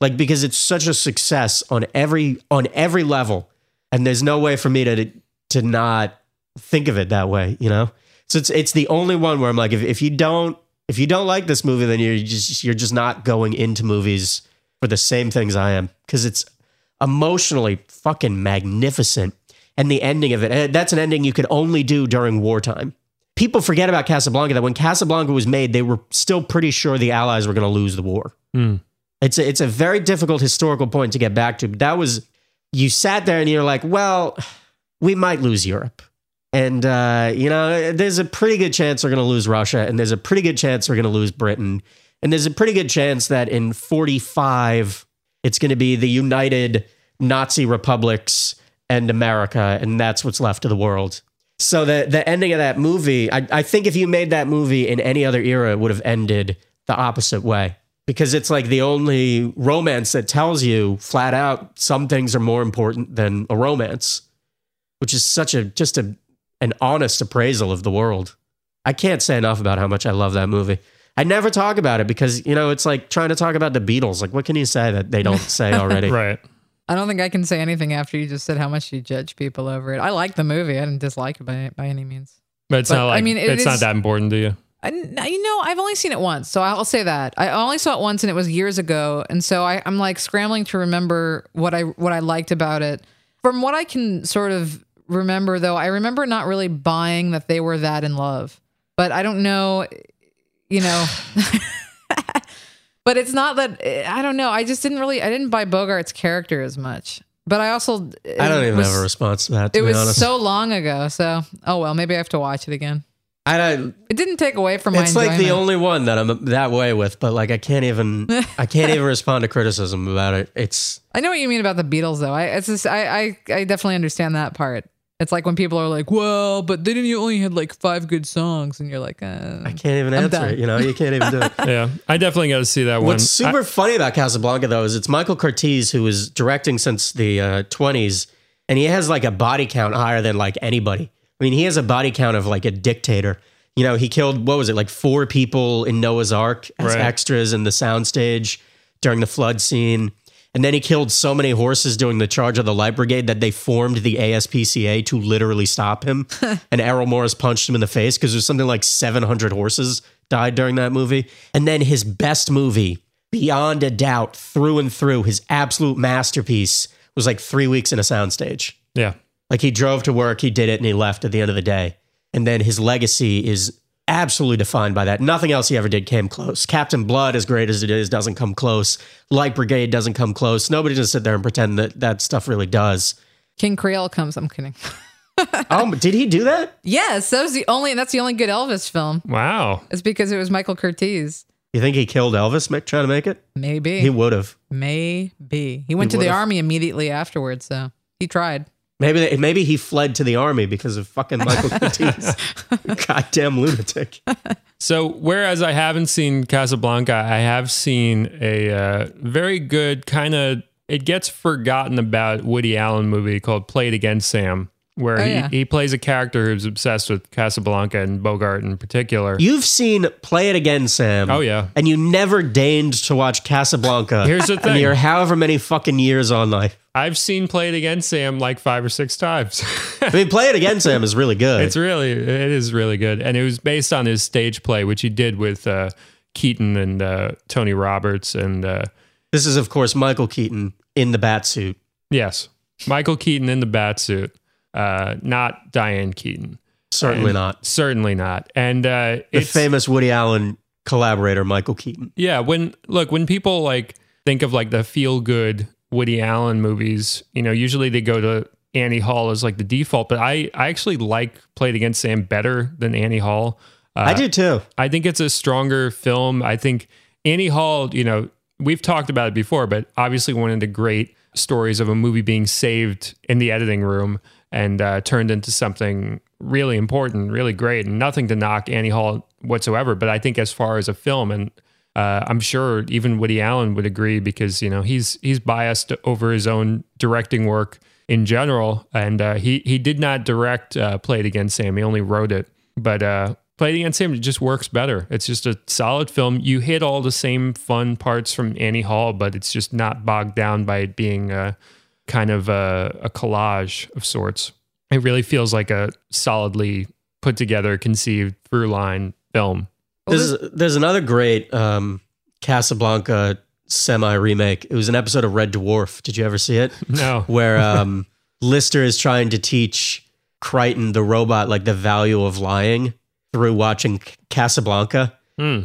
Speaker 2: Like because it's such a success on every on every level. And there's no way for me to to not think of it that way, you know? So it's it's the only one where I'm like, if, if you don't if you don't like this movie, then you're just you're just not going into movies for the same things I am. Because it's emotionally fucking magnificent. And the ending of it, eh, that's an ending you could only do during wartime. People forget about Casablanca that when Casablanca was made, they were still pretty sure the Allies were going to lose the war.
Speaker 3: Hmm.
Speaker 2: It's a, it's a very difficult historical point to get back to. But that was you sat there and you're like, well, we might lose Europe, and uh, you know, there's a pretty good chance we're going to lose Russia, and there's a pretty good chance we're going to lose Britain, and there's a pretty good chance that in 45 it's going to be the United Nazi Republics and America, and that's what's left of the world. So the the ending of that movie, I, I think if you made that movie in any other era, it would have ended the opposite way. Because it's like the only romance that tells you flat out some things are more important than a romance, which is such a just a an honest appraisal of the world. I can't say enough about how much I love that movie. I never talk about it because you know it's like trying to talk about the Beatles. Like, what can you say that they don't say already?
Speaker 3: Right.
Speaker 1: I don't think I can say anything after you just said how much you judge people over it. I like the movie. I didn't dislike it by, by any means.
Speaker 3: But it's
Speaker 1: But,
Speaker 3: not
Speaker 1: I
Speaker 3: like,
Speaker 1: mean, it
Speaker 3: it's not
Speaker 1: is-
Speaker 3: that important to you.
Speaker 1: I, you know, I've only seen it once, so I'll say that. I only saw it once, and it was years ago, and so I, I'm like scrambling to remember what I what I liked about it. From what I can sort of remember, though, I remember not really buying that they were that in love, but I don't know, you know. but it's not that I don't know. I just didn't really I didn't buy Bogart's character as much. But I also
Speaker 2: I don't even have a response to that. To
Speaker 1: It
Speaker 2: be
Speaker 1: was
Speaker 2: honest.
Speaker 1: so long ago, so oh well, maybe I have to watch it again.
Speaker 2: I don't,
Speaker 1: It didn't take away from my
Speaker 2: it's like the
Speaker 1: enjoyment.
Speaker 2: only one that I'm that way with, but like I can't even I can't even respond to criticism about it. It's
Speaker 1: I know what you mean about the Beatles, though. I it's just, I, I I definitely understand that part. It's like when people are like, "Well, but they didn't only had like five good songs," and you're like, uh,
Speaker 2: I can't even
Speaker 1: I'm
Speaker 2: answer
Speaker 1: done.
Speaker 2: it. You know, you can't even do it.
Speaker 3: Yeah. I definitely got to see that one.
Speaker 2: What's super funny about Casablanca though is it's Michael Curtiz who was directing since the uh, 20s, and he has like a body count higher than like anybody. I mean, he has a body count of like a dictator. You know, he killed what was it like four people in Noah's Ark as
Speaker 3: Right.
Speaker 2: extras in the soundstage during the flood scene, and then he killed so many horses during the charge of the Light Brigade that they formed the ASPCA to literally stop him. and Errol Morris punched him in the face because there's something like 700 horses died during that movie. And then his best movie beyond a doubt, through and through, his absolute masterpiece was like three weeks in a soundstage.
Speaker 3: yeah.
Speaker 2: Like he drove to work, he did it, and he left at the end of the day. And then his legacy is absolutely defined by that. Nothing else he ever did came close. Captain Blood, as great as it is, doesn't come close. Light Brigade doesn't come close. Nobody just sit there and pretend that that stuff really does.
Speaker 1: King Creole comes. I'm kidding.
Speaker 2: Oh, did he do that?
Speaker 1: yes, that was the only. That's the only good Elvis film.
Speaker 3: Wow.
Speaker 1: It's because it was Michael Curtiz.
Speaker 2: You think he killed Elvis Mick, trying to make it?
Speaker 1: Maybe,
Speaker 2: He would have.
Speaker 1: maybe he went to the
Speaker 2: would've-
Speaker 1: army immediately afterwards. So he tried.
Speaker 2: Maybe they, maybe he fled to the army because of fucking Michael Curtiz. Goddamn lunatic.
Speaker 3: So, whereas I haven't seen Casablanca, I have seen a uh, very good kind of it gets forgotten about Woody Allen movie called Played Against Sam, where
Speaker 1: Oh,
Speaker 3: he,
Speaker 1: yeah.
Speaker 3: he plays a character who's obsessed with Casablanca and Bogart in particular.
Speaker 2: You've seen Play It Again, Sam.
Speaker 3: oh yeah.
Speaker 2: And you never deigned to watch Casablanca.
Speaker 3: Here's the
Speaker 2: in
Speaker 3: thing.
Speaker 2: your however many fucking years on life.
Speaker 3: I've seen Played Against Sam like 5 or 6 times.
Speaker 2: I mean, Play It Again, Sam is really good.
Speaker 3: it's really it is really good and it was based on his stage play which he did with uh, Keaton and uh, Tony Roberts and uh,
Speaker 2: this is, of course, Michael Keaton in the bat suit.
Speaker 3: Yes. Michael Keaton in the bat suit, uh, not Diane Keaton.
Speaker 2: Certainly
Speaker 3: And-
Speaker 2: not.
Speaker 3: Certainly not. And uh,
Speaker 2: The
Speaker 3: it's
Speaker 2: famous Woody Allen collaborator, Michael Keaton.
Speaker 3: yeah. When look, when people like think of like the feel good Woody Allen movies, you know, usually they go to Annie Hall as like the default. But I I actually like Played Against Sam better than Annie Hall. Uh,
Speaker 2: I do too.
Speaker 3: I think it's a stronger film. I think Annie Hall, you know, we've talked about it before, but obviously one of the great stories of a movie being saved in the editing room and uh, turned into something really important, really great, and nothing to knock Annie Hall whatsoever. But I think as far as a film and uh, I'm sure even Woody Allen would agree because you know he's he's biased over his own directing work in general, and uh, he he did not direct uh, Played Against Sam. He only wrote it, but uh, Played Against Sam just works better. It's just a solid film. You hit all the same fun parts from Annie Hall, but it's just not bogged down by it being uh, kind of a, a collage of sorts. It really feels like a solidly put together, conceived through line film.
Speaker 1: Well,
Speaker 2: This is, there's another great um, Casablanca semi remake. It was an episode of Red Dwarf. Did you ever see it?
Speaker 3: No.
Speaker 2: Where um, Lister is trying to teach Crichton, the robot, like the value of lying through watching C- Casablanca.
Speaker 3: Hmm.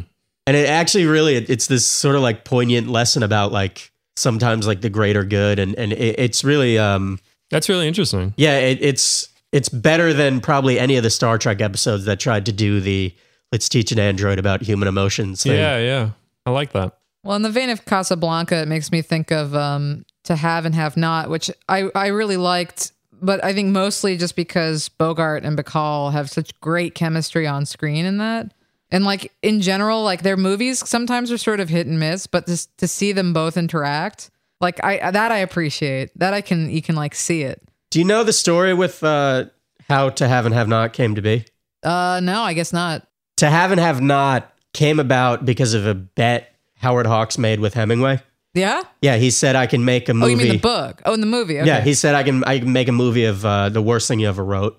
Speaker 2: And it actually really, it- it's this sort of like poignant lesson about like sometimes like the greater good. And, and it, it's really, um,
Speaker 3: That's really interesting.
Speaker 2: yeah, it, it's it's better than probably any of the Star Trek episodes that tried to do the let's teach an android about human emotions thing.
Speaker 3: Yeah, yeah. I like that.
Speaker 1: Well, in the vein of Casablanca, it makes me think of um, To Have and Have Not, which I, I really liked, but I think mostly just because Bogart and Bacall have such great chemistry on screen in that. And like in general, like their movies sometimes are sort of hit and miss, but just to see them both interact, like I that I appreciate. That I can you can like see it.
Speaker 2: Do you know the story with uh, how To Have and Have Not came to be?
Speaker 1: Uh no, I guess not.
Speaker 2: To Have and Have Not came about because of a bet Howard Hawks made with Hemingway.
Speaker 1: Yeah?
Speaker 2: Yeah, he said I can make a
Speaker 1: Oh,
Speaker 2: movie.
Speaker 1: you mean the book? Oh, in the movie. Okay.
Speaker 2: Yeah, he said I can I can make a movie of uh, the worst thing you ever wrote.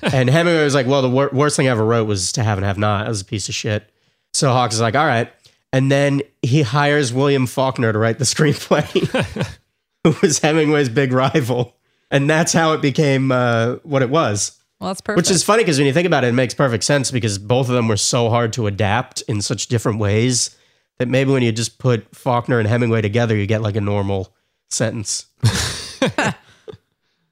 Speaker 2: and Hemingway was like, "Well, the wor- worst thing I ever wrote was to have and have not. It was a piece of shit." So Hawks is like, "All right." And then he hires William Faulkner to write the screenplay, who was Hemingway's big rival, and that's how it became uh, what it was.
Speaker 1: well, that's perfect.
Speaker 2: Which is funny because when you think about it, it makes perfect sense because both of them were so hard to adapt in such different ways that maybe when you just put Faulkner and Hemingway together, you get like a normal sentence.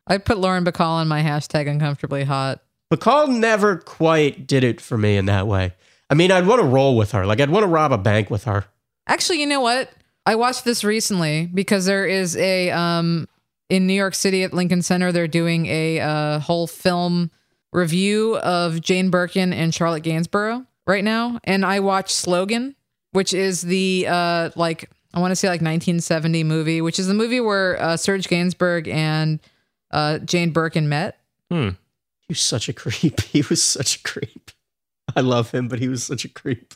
Speaker 1: I put Lauren Bacall in my hashtag uncomfortably hot.
Speaker 2: Bacall never quite did it for me in that way. I mean, I'd want to roll with her. Like, I'd want to rob a bank with her.
Speaker 1: Actually, you know what? I watched this recently because there is a um in New York City at Lincoln Center they're doing a uh, whole film review of Jane Birkin and Charlotte Gainsborough right now, and I watched Slogan, which is the uh like I want to say like 1970 movie, which is the movie where uh, Serge Gainsbourg and uh, Jane Birkin met.
Speaker 3: Hmm.
Speaker 2: He was such a creep. He was such a creep. I love him, but he was such a creep.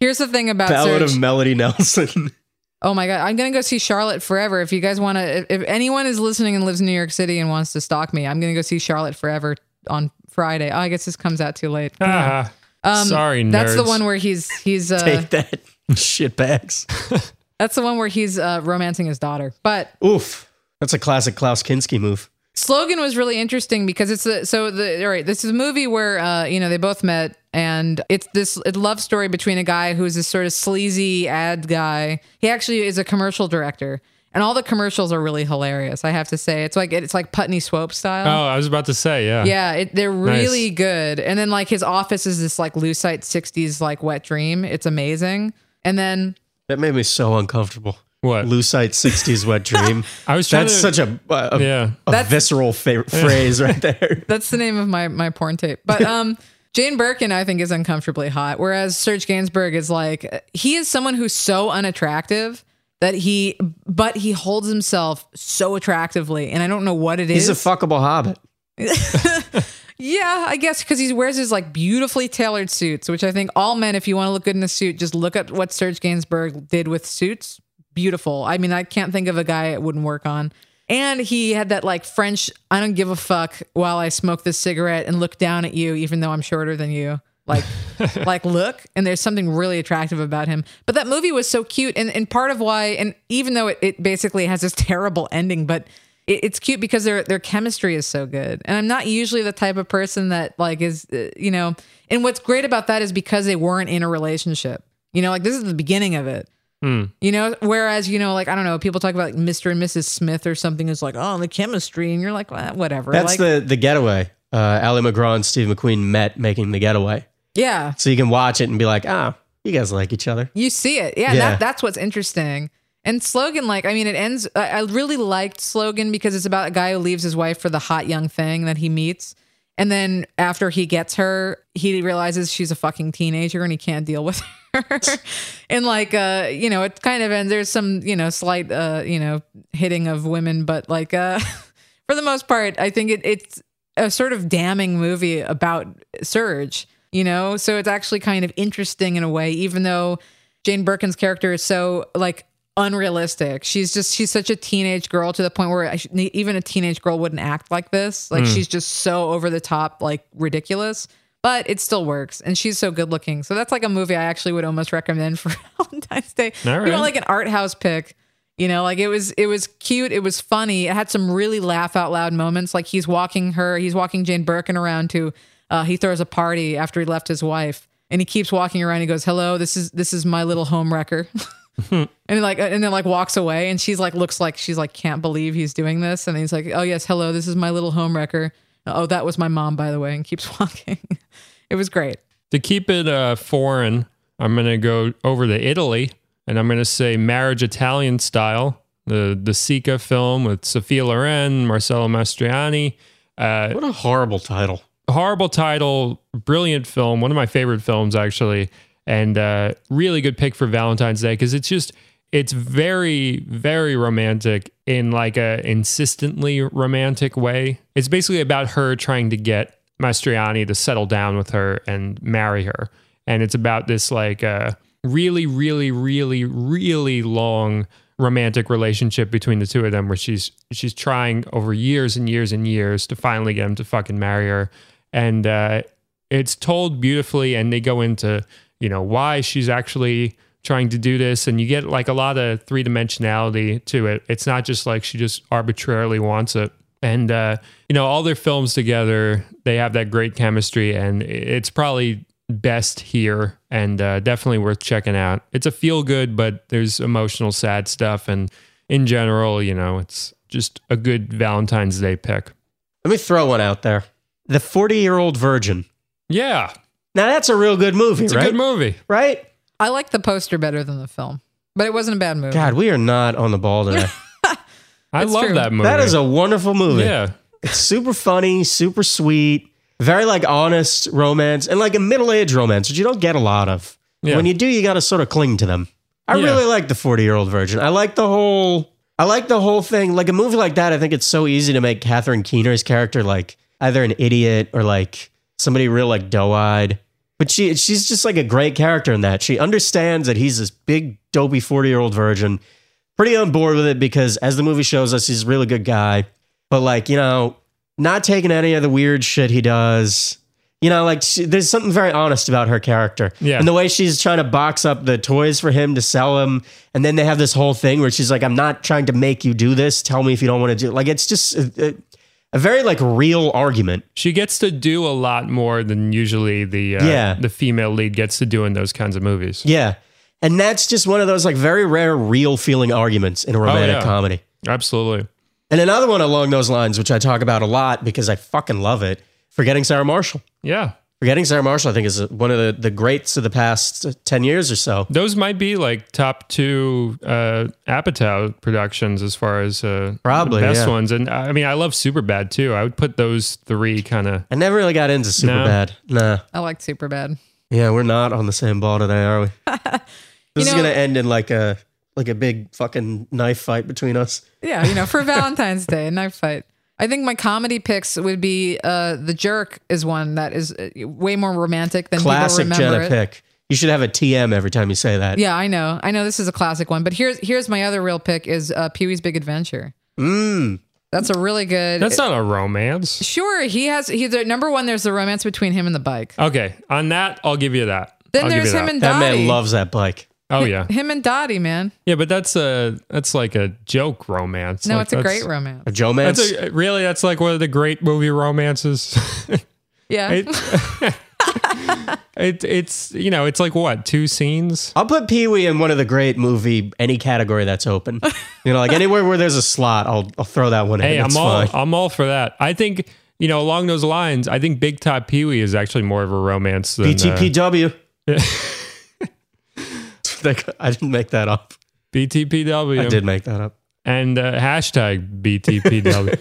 Speaker 1: Here's the thing about
Speaker 2: Ballad
Speaker 1: Serge.
Speaker 2: of Melody Nelson.
Speaker 1: Oh my god, I'm gonna go see Charlotte Forever. If you guys want to, if, if anyone is listening and lives in New York City and wants to stalk me, I'm gonna go see Charlotte Forever on Friday. Oh, I guess this comes out too late. Come on.
Speaker 3: Ah, sorry, nerds.
Speaker 1: Um, that's the one where he's he's uh,
Speaker 2: Take that, shitbags.
Speaker 1: that's the one where he's uh, romancing his daughter. But
Speaker 2: Oof. That's a classic Klaus Kinski move.
Speaker 1: slogan was really interesting because it's a, so the all right this is a movie where uh you know they both met and it's this a love story between a guy who's this sort of sleazy ad guy he actually is a commercial director and all the commercials are really hilarious i have to say it's like it's like putney swope
Speaker 3: Oh,
Speaker 1: style
Speaker 3: I was about to say, yeah.
Speaker 1: yeah it, they're really good and then like his office is this like lucite 60s like wet dream it's amazing and then
Speaker 2: That made me so uncomfortable.
Speaker 3: What?
Speaker 2: Lucite 60s wet dream.
Speaker 3: Uh, I was trying
Speaker 2: That's
Speaker 3: to.
Speaker 2: such a, uh, a,
Speaker 3: yeah.
Speaker 2: a
Speaker 1: That's-
Speaker 2: visceral fa- phrase right there.
Speaker 1: That's the name of my my porn tape. But um Jane Birkin I think is uncomfortably hot whereas Serge Gainsbourg is like he is someone who's so unattractive that he but he holds himself so attractively and I don't know what it is.
Speaker 2: He's a fuckable hobbit.
Speaker 1: yeah, I guess cuz he wears his like beautifully tailored suits, which I think all men if you want to look good in a suit just look up what Serge Gainsbourg did with suits. Beautiful. I mean, I can't think of a guy it wouldn't work on. And he had that like French, I don't give a fuck while I smoke this cigarette and look down at you, even though I'm shorter than you. Like, like look. And there's something really attractive about him. But that movie was so cute. And, and part of why, and even though it, it basically has this terrible ending, but it, it's cute because their their chemistry is so good. And I'm not usually the type of person that like is uh, you know. And what's great about that is because they weren't in a relationship. You know, like this is the beginning of it. You know, whereas you know, like I don't know, people talk about like, Mr. and Mrs. Smith or something is like, oh, the chemistry, and you're like, well, whatever.
Speaker 2: That's
Speaker 1: like,
Speaker 2: the the getaway. Uh, Ali McGraw and Steve McQueen met making the getaway,
Speaker 1: yeah,
Speaker 2: so you can watch it and be like, ah, you guys like each other.
Speaker 1: You see it. Yeah,
Speaker 2: Yeah.
Speaker 1: That, that's what's interesting. And slogan, like, I mean, it ends. I, I really liked slogan because it's about a guy who leaves his wife for the hot young thing that he meets. And then after he gets her, he realizes she's a fucking teenager and he can't deal with her. and like, uh, you know, it kind of ends. There's some, you know, slight, uh, you know, hitting of women, but like, uh, for the most part, I think it, it's a sort of damning movie about Surge, you know? So it's actually kind of interesting in a way, even though Jane Birkin's character is so like unrealistic. She's just, she's such a teenage girl to the point where I sh- even a teenage girl wouldn't act like this.
Speaker 3: Hmm.
Speaker 1: Like she's just so over the top, like ridiculous. But it still works, and she's so good looking. So that's like a movie I actually would almost recommend for Valentine's Day.
Speaker 3: All
Speaker 1: You know,
Speaker 3: right.
Speaker 1: like an art house pick. You know, like it was it was cute, it was funny. It had some really laugh out loud moments. Like he's walking her, he's walking Jane Birkin around to uh he throws a party after he left his wife and he keeps walking around. He goes, Hello, this is this is my little home wrecker. and he like and then like walks away and she's like looks like she's like can't believe he's doing this. And he's like, Oh yes, hello, this is my little home wrecker. Oh, that was my mom, by the way, and keeps walking. it was great.
Speaker 3: To keep it uh, foreign, I'm going to go over to Italy and I'm going to say Marriage Italian Style, the, the Sika film with Sophia Loren, Marcello Mastroianni. Uh,
Speaker 2: What a horrible title.
Speaker 3: horrible title, brilliant film, one of my favorite films actually, and uh, really good pick for Valentine's Day because it's just it's very very romantic in like a insistently romantic way. It's basically about her trying to get Mastriani to settle down with her and marry her, and it's about this like uh, really really really really long romantic relationship between the two of them where she's she's trying over years and years and years to finally get him to fucking marry her and uh, it's told beautifully and they go into you know why she's actually trying to do this and you get like a lot of three dimensionality to it it's not just like she just arbitrarily wants it and uh, you know all their films together they have that great chemistry and it's probably best here and uh, definitely worth checking out it's a feel good but there's emotional sad stuff and in general you know it's just a good valentine's day pick
Speaker 2: Let me throw one out there. The 40 year old virgin.
Speaker 3: yeah
Speaker 2: Now that's a real good movie,
Speaker 3: it's
Speaker 2: right?
Speaker 3: a good movie
Speaker 2: right?
Speaker 1: I liked the poster better than the film. But it wasn't a bad movie.
Speaker 2: God, we are not on the ball today.
Speaker 3: I
Speaker 1: It's
Speaker 3: love
Speaker 1: true.
Speaker 3: that movie.
Speaker 2: that is a wonderful movie.
Speaker 3: yeah.
Speaker 2: It's super funny, super sweet, very like honest romance and like a middle aged romance, which you don't get a lot of.
Speaker 3: Yeah.
Speaker 2: When you do, you got to sort of cling to them. I
Speaker 3: Yeah.
Speaker 2: really like the 40 year old virgin. I like the whole. I like the whole thing. Like a movie like that, I think it's so easy to make Catherine Keener's character like either an idiot or like somebody real like doe eyed. But she she's just like a great character in that. She understands that he's this big dopey 40 year old virgin. Pretty on board with it because as the movie shows us, he's a really good guy. But like, you know, not taking any of the weird shit he does. You know, like she, there's something very honest about her character.
Speaker 3: Yeah.
Speaker 2: And the way she's trying to box up the toys for him to sell him. And then they have this whole thing where she's like, I'm not trying to make you do this. Tell me if you don't want to do it. Like, it's just a, a, a very like real argument.
Speaker 3: She gets to do a lot more than usually the uh,
Speaker 2: Yeah.
Speaker 3: the female lead gets to do in those kinds of movies.
Speaker 2: Yeah. And that's just one of those like very rare real feeling arguments in a romantic
Speaker 3: Oh, yeah.
Speaker 2: comedy.
Speaker 3: Absolutely.
Speaker 2: And another one along those lines, which I talk about a lot because I fucking love it, Forgetting Sarah Marshall.
Speaker 3: Yeah.
Speaker 2: Forgetting Sarah Marshall, I think, is one of the, the greats of the past 10 years or so.
Speaker 3: Those might be like top two uh, Apatow productions as far as uh,
Speaker 2: Probably,
Speaker 3: the best
Speaker 2: yeah.
Speaker 3: ones. And I mean, I love Superbad too. I would put those three kind of.
Speaker 2: I never really got into Superbad. Nah.
Speaker 1: I liked Super Bad.
Speaker 2: Yeah, we're not on the same ball today, are we? this is
Speaker 1: know-
Speaker 2: going to end in like a like a big fucking knife fight between us.
Speaker 1: Yeah, you know, for Valentine's Day, a knife fight. I think my comedy picks would be uh, The Jerk is one that is uh, way more romantic than
Speaker 2: Classic
Speaker 1: people remember
Speaker 2: Jenna
Speaker 1: it.
Speaker 2: pick. You should have a TM every time you say that.
Speaker 1: Yeah, I know. I know this is a classic one, but here's here's my other real pick is uh, Pee Wee's Big Adventure.
Speaker 2: Mm.
Speaker 1: That's a really good.
Speaker 3: That's not a romance.
Speaker 1: sure. He has he's the number one. There's the romance between him and the bike.
Speaker 3: Okay. On that, I'll give you that.
Speaker 1: Then
Speaker 3: I'll give
Speaker 1: there's
Speaker 3: you
Speaker 1: him
Speaker 3: that.
Speaker 1: and
Speaker 2: That
Speaker 1: Dottie.
Speaker 2: man loves that bike.
Speaker 3: Oh yeah,
Speaker 1: Him and Dottie, man.
Speaker 3: yeah, but that's a that's like a joke romance.
Speaker 1: No,
Speaker 3: Like,
Speaker 1: it's a
Speaker 3: that's-
Speaker 1: great romance.
Speaker 2: A Joe man.
Speaker 3: That's a, really that's like one of the great movie romances.
Speaker 1: Yeah.
Speaker 3: it, it it's you know it's like what two scenes?
Speaker 2: I'll put Pee Wee in one of the great movie any category that's open. You know, like anywhere where there's a slot, I'll I'll throw that one
Speaker 3: Hey,
Speaker 2: in.
Speaker 3: I'm
Speaker 2: It's
Speaker 3: all
Speaker 2: fine.
Speaker 3: I'm all for that. I think you know along those lines. I think Big Top Pee Wee is actually more of a romance than uh,
Speaker 2: BTPW. I didn't make that up.
Speaker 3: BTPW.
Speaker 2: I did make that up.
Speaker 3: and uh, hashtag BTPW.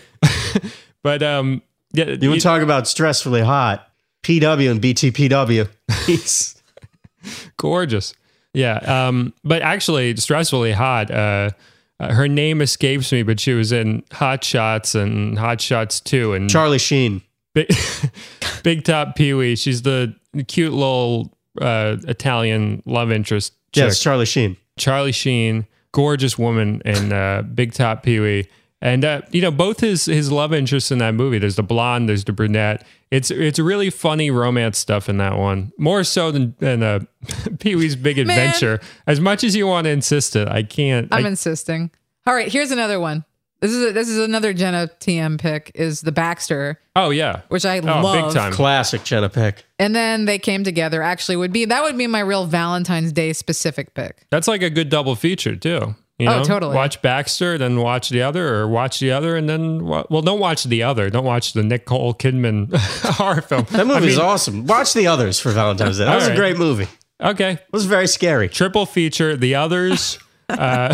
Speaker 3: but um, yeah,
Speaker 2: You
Speaker 3: you-
Speaker 2: would talk about stressfully hot. PW and BTPW. He's
Speaker 3: gorgeous. Yeah. Um, but actually, stressfully hot. Uh, uh, her name escapes me, but she was in Hot Shots and Hot Shots Two and
Speaker 2: Charlie Sheen.
Speaker 3: Big, Big Top Pee Wee. She's the cute little uh, Italian love interest. Chick.
Speaker 2: Yes, Charlie Sheen.
Speaker 3: Charlie Sheen, gorgeous woman in uh, Big Top Pee Wee. And uh, you know both his his love interests in that movie. There's the blonde, there's the brunette. It's it's really funny romance stuff in that one, more so than than uh, Pee Wee's Big Adventure. As much as you want to insist it, I can't.
Speaker 1: I'm
Speaker 3: I-
Speaker 1: insisting. All right, here's another one. This is a, this is another Jenna TM pick is the Baxter,
Speaker 3: oh yeah,
Speaker 1: which I
Speaker 3: oh
Speaker 1: love.
Speaker 3: big time.
Speaker 2: Classic Jenna Peck.
Speaker 1: And then they came together. Actually, would be that would be my real Valentine's Day specific pick.
Speaker 3: That's like a good double feature too. You
Speaker 1: Oh,
Speaker 3: know?
Speaker 1: totally.
Speaker 3: Watch Baxter, then watch the other, or watch the other, and then wa- well, don't watch the other. Don't watch the Nicole Kidman horror film.
Speaker 2: That movie's awesome. Watch the others for Valentine's Day. That
Speaker 3: All
Speaker 2: was
Speaker 3: right.
Speaker 2: a great movie. It
Speaker 3: Okay,
Speaker 2: was very scary.
Speaker 3: triple feature. The others, uh,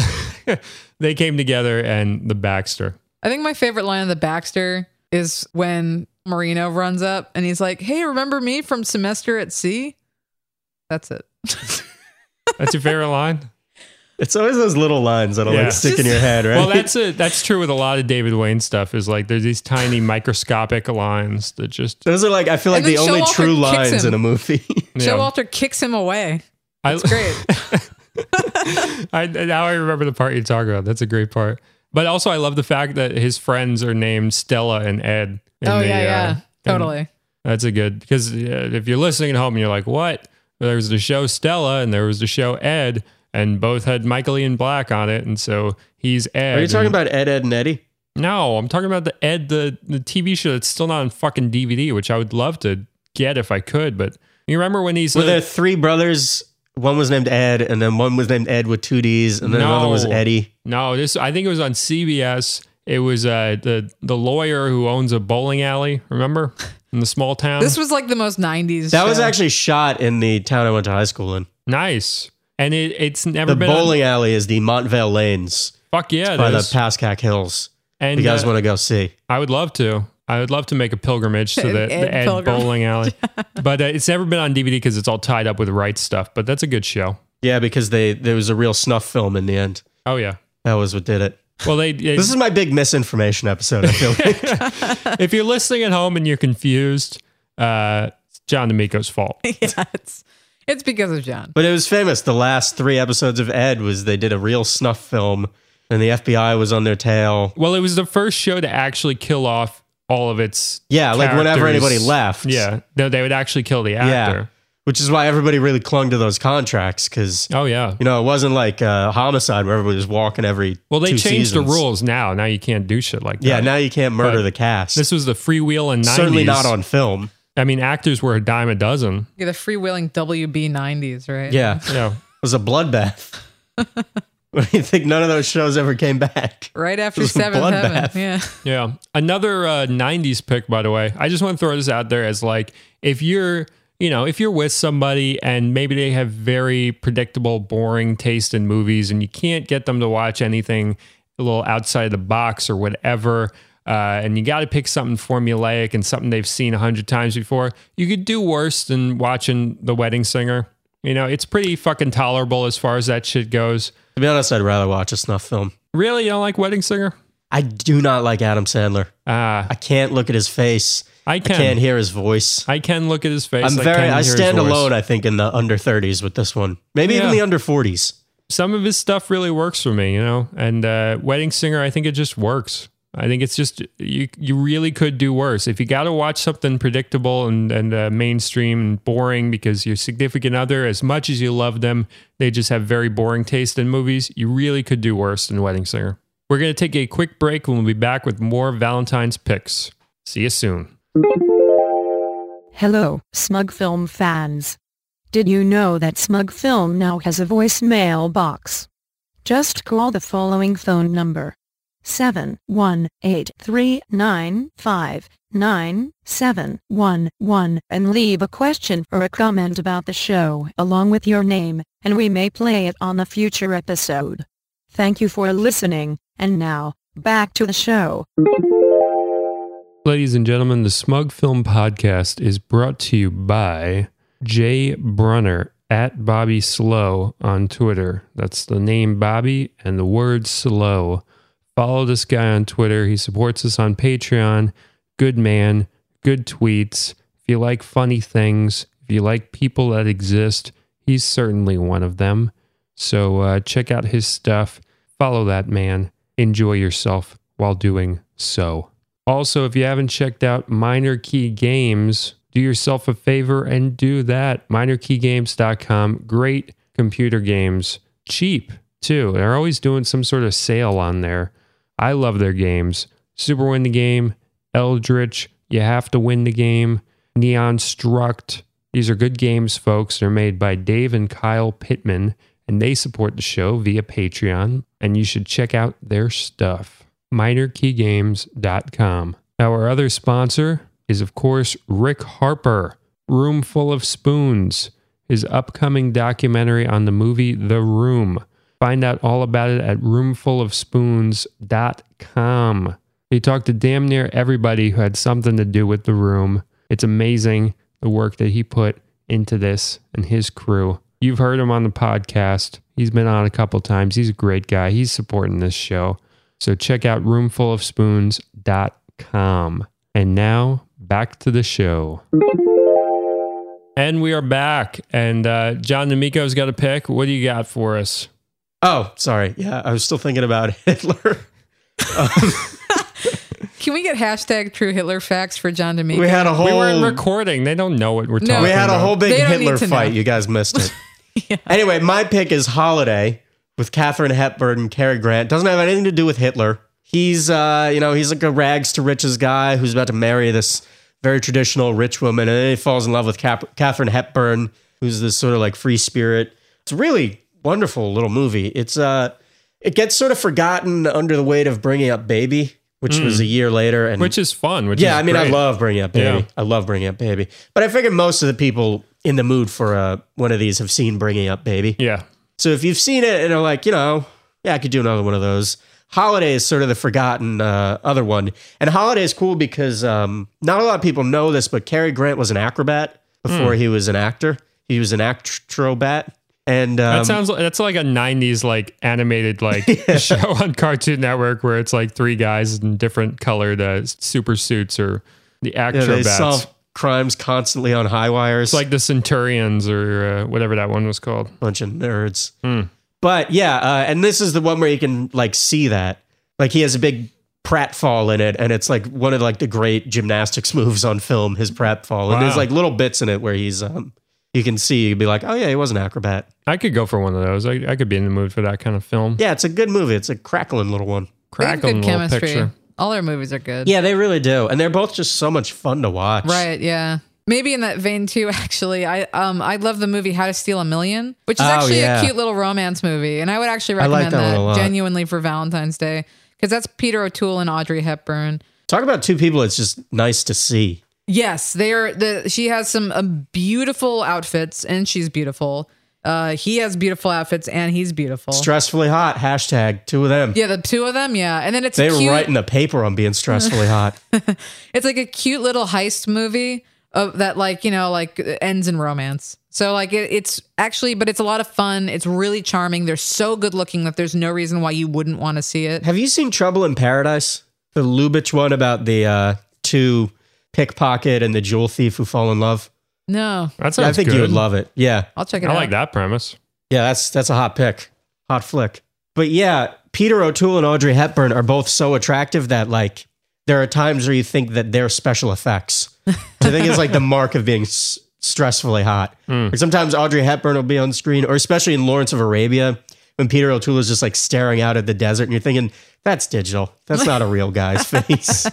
Speaker 3: they came together, and the Baxter.
Speaker 1: I think my favorite line of the Baxter is when Marino runs up and he's like, "Hey, remember me from Semester at Sea?" That's it.
Speaker 3: That's your favorite line.
Speaker 2: It's always those little lines that'll
Speaker 3: Yeah.
Speaker 2: like stick in your head, right?
Speaker 3: Well, that's a, that's true with a lot of David Wayne stuff. Is like there's these tiny microscopic lines that just.
Speaker 2: those are like I feel like
Speaker 1: And then
Speaker 2: the only
Speaker 1: Showalter
Speaker 2: true
Speaker 1: kicks
Speaker 2: lines
Speaker 1: him.
Speaker 2: in a movie.
Speaker 3: you know,
Speaker 1: Showalter kicks him away.
Speaker 3: I-
Speaker 1: It's great.
Speaker 3: I now I remember the part you talk about. That's a great part. But also, I love the fact that his friends are named Stella and Ed. in
Speaker 1: oh
Speaker 3: the,
Speaker 1: yeah,
Speaker 3: uh,
Speaker 1: yeah, totally.
Speaker 3: That's a good because uh, if you're listening at home and you're like, "What?" There was the show Stella and there was the show Ed, and both had Michael Ian Black on it, and so he's Ed.
Speaker 2: Are you talking
Speaker 3: and-
Speaker 2: about Ed, Ed, and Eddie?
Speaker 3: No, I'm talking about the Ed the the TV show that's still not on fucking DVD, which I would love to get if I could. But you remember when he's
Speaker 2: Were
Speaker 3: the-
Speaker 2: there three brothers? One was named Ed, and then one was named Ed with two D's, and then another was
Speaker 3: No.
Speaker 2: Eddie.
Speaker 3: No, this I think it was on CBS. It was uh, the the lawyer who owns a bowling alley. Remember in the small town.
Speaker 1: This was like the most '90s.
Speaker 2: That was
Speaker 1: show.
Speaker 2: actually shot in the town I went to high school in.
Speaker 3: nice, and it, it's never
Speaker 2: The
Speaker 3: been on-
Speaker 2: bowling alley is the Montvale Lanes
Speaker 3: fuck yeah,
Speaker 2: by
Speaker 3: it
Speaker 2: the
Speaker 3: is.
Speaker 2: Pascack Hills.
Speaker 3: and
Speaker 2: You guys
Speaker 3: uh,
Speaker 2: want to go see?
Speaker 3: I would love to. I would love to make a pilgrimage to the,
Speaker 1: Ed
Speaker 3: the Ed
Speaker 1: Pilgrim.
Speaker 3: bowling alley, but uh, it's never been on DVD because it's all tied up with rights stuff. But that's a good show.
Speaker 2: Yeah, because they there was a real snuff film in the end.
Speaker 3: Oh yeah.
Speaker 2: That was what did it.
Speaker 3: Well, they, they
Speaker 2: This is my big misinformation episode. I feel like.
Speaker 3: if you're listening at home and you're confused, uh, it's John D'Amico's fault.
Speaker 1: yeah, it's it's because of John.
Speaker 2: But it was famous. The last three episodes of Ed was they did a real snuff film, and the FBI was on their tail.
Speaker 3: Well, it was the first show to actually kill off all of its
Speaker 2: Yeah, like whenever
Speaker 3: characters.
Speaker 2: anybody left.
Speaker 3: Yeah, no, they would actually kill the actor.
Speaker 2: Which is why everybody really clung to those contracts because
Speaker 3: Oh yeah.
Speaker 2: you know it wasn't like uh, homicide where everybody was walking every.
Speaker 3: Well, they
Speaker 2: two
Speaker 3: changed the
Speaker 2: seasons.
Speaker 3: rules now. Now you can't do shit like that.
Speaker 2: Yeah, now you can't murder
Speaker 3: But
Speaker 2: the cast.
Speaker 3: this was the freewheeling nineties.
Speaker 2: Certainly not on film.
Speaker 3: I mean, actors were a dime a dozen.
Speaker 1: Yeah, the freewheeling WB '90s, right?
Speaker 2: Yeah, it
Speaker 3: Yeah.
Speaker 2: was a bloodbath. What do you think? None of those shows ever came back.
Speaker 1: Right after
Speaker 2: Just a
Speaker 1: Seventh Heaven.
Speaker 2: bloodbath.
Speaker 1: Yeah.
Speaker 3: Yeah. Another uh, 90s pick, by the way. I just want to throw this out there as like, if you're, you know, if you're with somebody and maybe they have very predictable, boring taste in movies and you can't get them to watch anything a little outside the box or whatever, uh, and you got to pick something formulaic and something they've seen a hundred times before, you could do worse than watching The Wedding Singer. You know, it's pretty fucking tolerable as far as that shit goes.
Speaker 2: To be honest, I'd rather watch a snuff film.
Speaker 3: Really? You don't like Wedding Singer?
Speaker 2: I do not like Adam Sandler.
Speaker 3: Ah,
Speaker 2: I can't look at his face.
Speaker 3: I can.
Speaker 2: I can't hear his voice.
Speaker 3: I can look at his face.
Speaker 2: I'm very.
Speaker 3: can
Speaker 2: I
Speaker 3: hear his
Speaker 2: stand
Speaker 3: voice.
Speaker 2: alone. I think in the under 30s with this one. Maybe even
Speaker 3: Yeah.
Speaker 2: the under 40s.
Speaker 3: Some of his stuff really works for me, you know. And uh, Wedding Singer, I think it just works. I think it's just you. You really could do worse if you got to watch something predictable and and uh, mainstream and boring because your significant other, as much as you love them, they just have very boring taste in movies. You really could do worse than Wedding Singer. We're gonna take a quick break. and We'll be back with more Valentine's picks. See you soon.
Speaker 4: Hello, Smug Film fans. Did you know that Smug Film now has a voicemail box? Just call the following phone number. 718-395-9711 and leave a question or a comment about the show along with your name, and we may play it on a future episode. Thank you for listening, and now, back to the show.
Speaker 3: Ladies and gentlemen, the Smug Film Podcast is brought to you by Jay Brunner at Bobby Slow on Twitter. That's the name Bobby and the word slow. Follow this guy on Twitter. He supports us on Patreon. Good man, good tweets. If you like funny things, if you like people that exist, he's certainly one of them. So uh, check out his stuff. Follow that man. Enjoy yourself while doing so. Also, if you haven't checked out Minor Key Games, do yourself a favor and do that. MinorKeyGames.com. Great computer games. Cheap, too. They're always doing some sort of sale on there. I love their games. Super Win the Game, Eldritch, You Have to Win the Game, Neon Struct. These are good games, folks. They're made by Dave and Kyle Pittman, and they support the show via Patreon, and you should check out their stuff minorkeygames.com. Our other sponsor is, of course, Rick Harper, Room Full of Spoons, his upcoming documentary on the movie The Room. Find out all about it at roomfulofspoons.com. He talked to damn near everybody who had something to do with The Room. It's amazing the work that he put into this and his crew. You've heard him on the podcast. He's been on a couple times. He's a great guy. He's supporting this show. So check out roomfulofspoons.com. And now back to the show. And we are back. And uh, John D'Amico's got a pick. What do you got for us?
Speaker 2: Oh, sorry. Yeah, I was still thinking about Hitler.
Speaker 1: Can we get hashtag True Hitler facts for John D'Amico?
Speaker 2: We had a whole
Speaker 3: We weren't recording. They don't know what we're
Speaker 1: No.
Speaker 3: talking
Speaker 2: we had a
Speaker 3: about.
Speaker 2: whole big
Speaker 1: They don't
Speaker 2: Hitler
Speaker 1: need to
Speaker 2: fight.
Speaker 1: know.
Speaker 2: You guys missed it. Anyway, my pick is Holiday with Katherine Hepburn and Cary Grant. Doesn't have anything to do with Hitler. He's uh, you know, he's like a rags to riches guy who's about to marry this very traditional rich woman, and then he falls in love with Cap- Katherine Hepburn, who's this sort of like free spirit. It's a really wonderful little movie. It's uh, it gets sort of forgotten under the weight of Bringing Up Baby, which
Speaker 1: Mm.
Speaker 2: was a year later, and
Speaker 3: Which is fun. Which
Speaker 2: yeah,
Speaker 3: is
Speaker 2: I mean, I
Speaker 3: great.
Speaker 2: love Bring Up Baby.
Speaker 3: Yeah.
Speaker 2: I love Bring Up Baby. But I figure most of the people in the mood for uh, one of these have seen Bringing Up Baby.
Speaker 3: Yeah.
Speaker 2: So if you've seen it and are like, you know, yeah, I could do another one of those. Holiday is sort of the forgotten uh, other one. And Holiday is cool because um, not a lot of people know this, but Cary Grant was an acrobat
Speaker 3: Hmm.
Speaker 2: before he was an actor. He was an actrobat. And um,
Speaker 3: That sounds like that's like a '90s like animated like show on Cartoon Network where it's like three guys in different colored uh, super suits or the
Speaker 2: yeah, they
Speaker 3: acrobats.
Speaker 2: solve crimes constantly on high wires.
Speaker 3: It's like the Centurions or uh, whatever that one was called.
Speaker 2: bunch of nerds. But yeah, uh, and this is the one where you can like see that. Like he has a big pratfall in it, and it's like one of like the great gymnastics moves on film. His pratfall, and there's
Speaker 3: Wow.
Speaker 2: like little bits in it where he's um, you can see you'd be like, oh yeah, he was an acrobat.
Speaker 3: I could go for one of those. I, I could be in the mood for that kind of film.
Speaker 2: Yeah, it's a good movie. It's a crackling little one.
Speaker 1: They have
Speaker 3: Crackling
Speaker 1: good
Speaker 3: little
Speaker 1: chemistry.
Speaker 3: picture.
Speaker 1: All their movies are good.
Speaker 2: Yeah, they really do, and they're both just so much fun to watch.
Speaker 1: Right, yeah. Maybe in that vein too, actually. I um I love the movie How to Steal a Million, which is
Speaker 2: Oh,
Speaker 1: actually
Speaker 2: yeah.
Speaker 1: a cute little romance movie. And I would actually
Speaker 2: I
Speaker 1: recommend
Speaker 2: like that one
Speaker 1: that,
Speaker 2: a lot.
Speaker 1: genuinely for Valentine's Day. Because that's Peter O'Toole and Audrey Hepburn.
Speaker 2: Talk about two people. It's just nice to see.
Speaker 1: Yes, they are the she has some uh, beautiful outfits and she's beautiful. Uh he has beautiful outfits and he's beautiful.
Speaker 2: Stressfully hot. Hashtag two of them.
Speaker 1: yeah, the two of them, yeah. And then it's
Speaker 2: They
Speaker 1: cute.
Speaker 2: were writing a paper on being stressfully hot.
Speaker 1: It's like a cute little heist movie of that, like you know, like ends in romance. So like it, it's actually, but it's a lot of fun. It's really charming. They're so good looking that there's no reason why you wouldn't want to see it.
Speaker 2: Have you seen Trouble in Paradise? The Lubitsch one about the uh, two pickpocket and the jewel thief who fall in love.
Speaker 1: No,
Speaker 3: That
Speaker 2: Yeah,
Speaker 3: sounds
Speaker 2: I think
Speaker 3: good.
Speaker 2: you would love it. Yeah,
Speaker 1: I'll check it
Speaker 3: I
Speaker 1: out.
Speaker 3: like that premise.
Speaker 2: yeah, that's that's a hot pick, hot flick. But yeah, Peter O'Toole and Audrey Hepburn are both so attractive that like there are times where you think that they're special effects. Which I think it's like the mark of being s- stressfully hot.
Speaker 3: Hmm.
Speaker 2: Or sometimes Audrey Hepburn will be on screen, or especially in Lawrence of Arabia when Peter O'Toole is just like staring out at the desert, and you're thinking that's digital. That's not a real guy's face.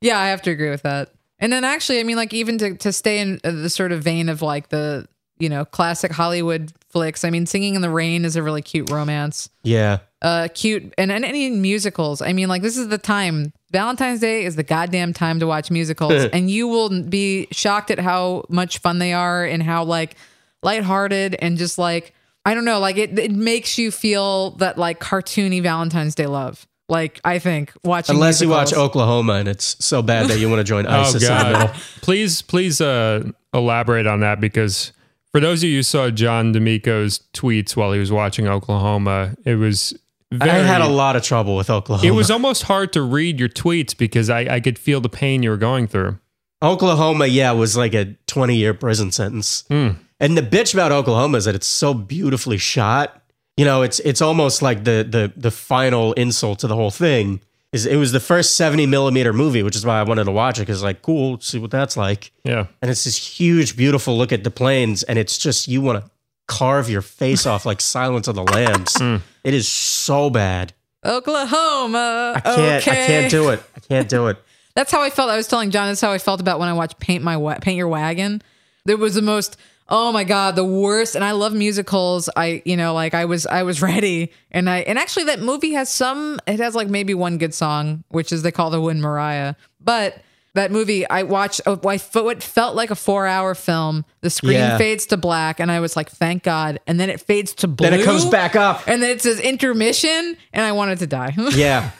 Speaker 1: Yeah, I have to agree with that. And then actually, I mean, like even to to stay in uh, the sort of vein of like the you know classic Hollywood flicks. I mean, Singing in the Rain is a really cute romance.
Speaker 2: yeah.
Speaker 1: Uh, cute and and any musicals. I mean, like this is the time. Valentine's Day is the goddamn time to watch musicals, and you will be shocked at how much fun they are and how like lighthearted and just like I don't know, like it it makes you feel that like cartoony Valentine's Day love. Like I think watching
Speaker 2: Unless you watch
Speaker 1: musicals-
Speaker 2: Oklahoma and it's so bad that you want to join
Speaker 3: Oh
Speaker 2: ISIS in the middle.
Speaker 3: god. please please uh elaborate on that because for those of you who saw John D'Amico's tweets while he was watching Oklahoma, it was very
Speaker 2: I had a lot of trouble with Oklahoma.
Speaker 3: it was almost hard to read your tweets because I, I could feel the pain you were going through.
Speaker 2: Oklahoma, yeah, was like a 20 year prison sentence. And the bitch about Oklahoma is that it's so beautifully shot. You know, it's it's almost like the the the final insult to the whole thing is it was the first 70 millimeter movie, which is why I wanted to watch it because like cool, see what that's like.
Speaker 3: Yeah.
Speaker 2: And it's this huge, beautiful look at the plains, and it's just you want to carve your face off like Silence of the Lambs. It is so bad.
Speaker 1: Oklahoma.
Speaker 2: I can't
Speaker 1: okay.
Speaker 2: I can't do it. I can't do it.
Speaker 1: That's how I felt. I was telling John. That's how I felt about when I watched Paint My Wa- Paint Your Wagon. There was the most. Oh my god, the worst. And I love musicals. I you know like I was I was ready. And I and actually that movie has some. It has like maybe one good song, which is they call the Wind Mariah. But that movie I watched. Oh, I what felt like a four hour film. The screen
Speaker 2: Yeah.
Speaker 1: fades to black, and I was like, thank God. And then it fades to blue.
Speaker 2: Then it comes back up.
Speaker 1: And then it says intermission, and I wanted to die.
Speaker 2: Yeah.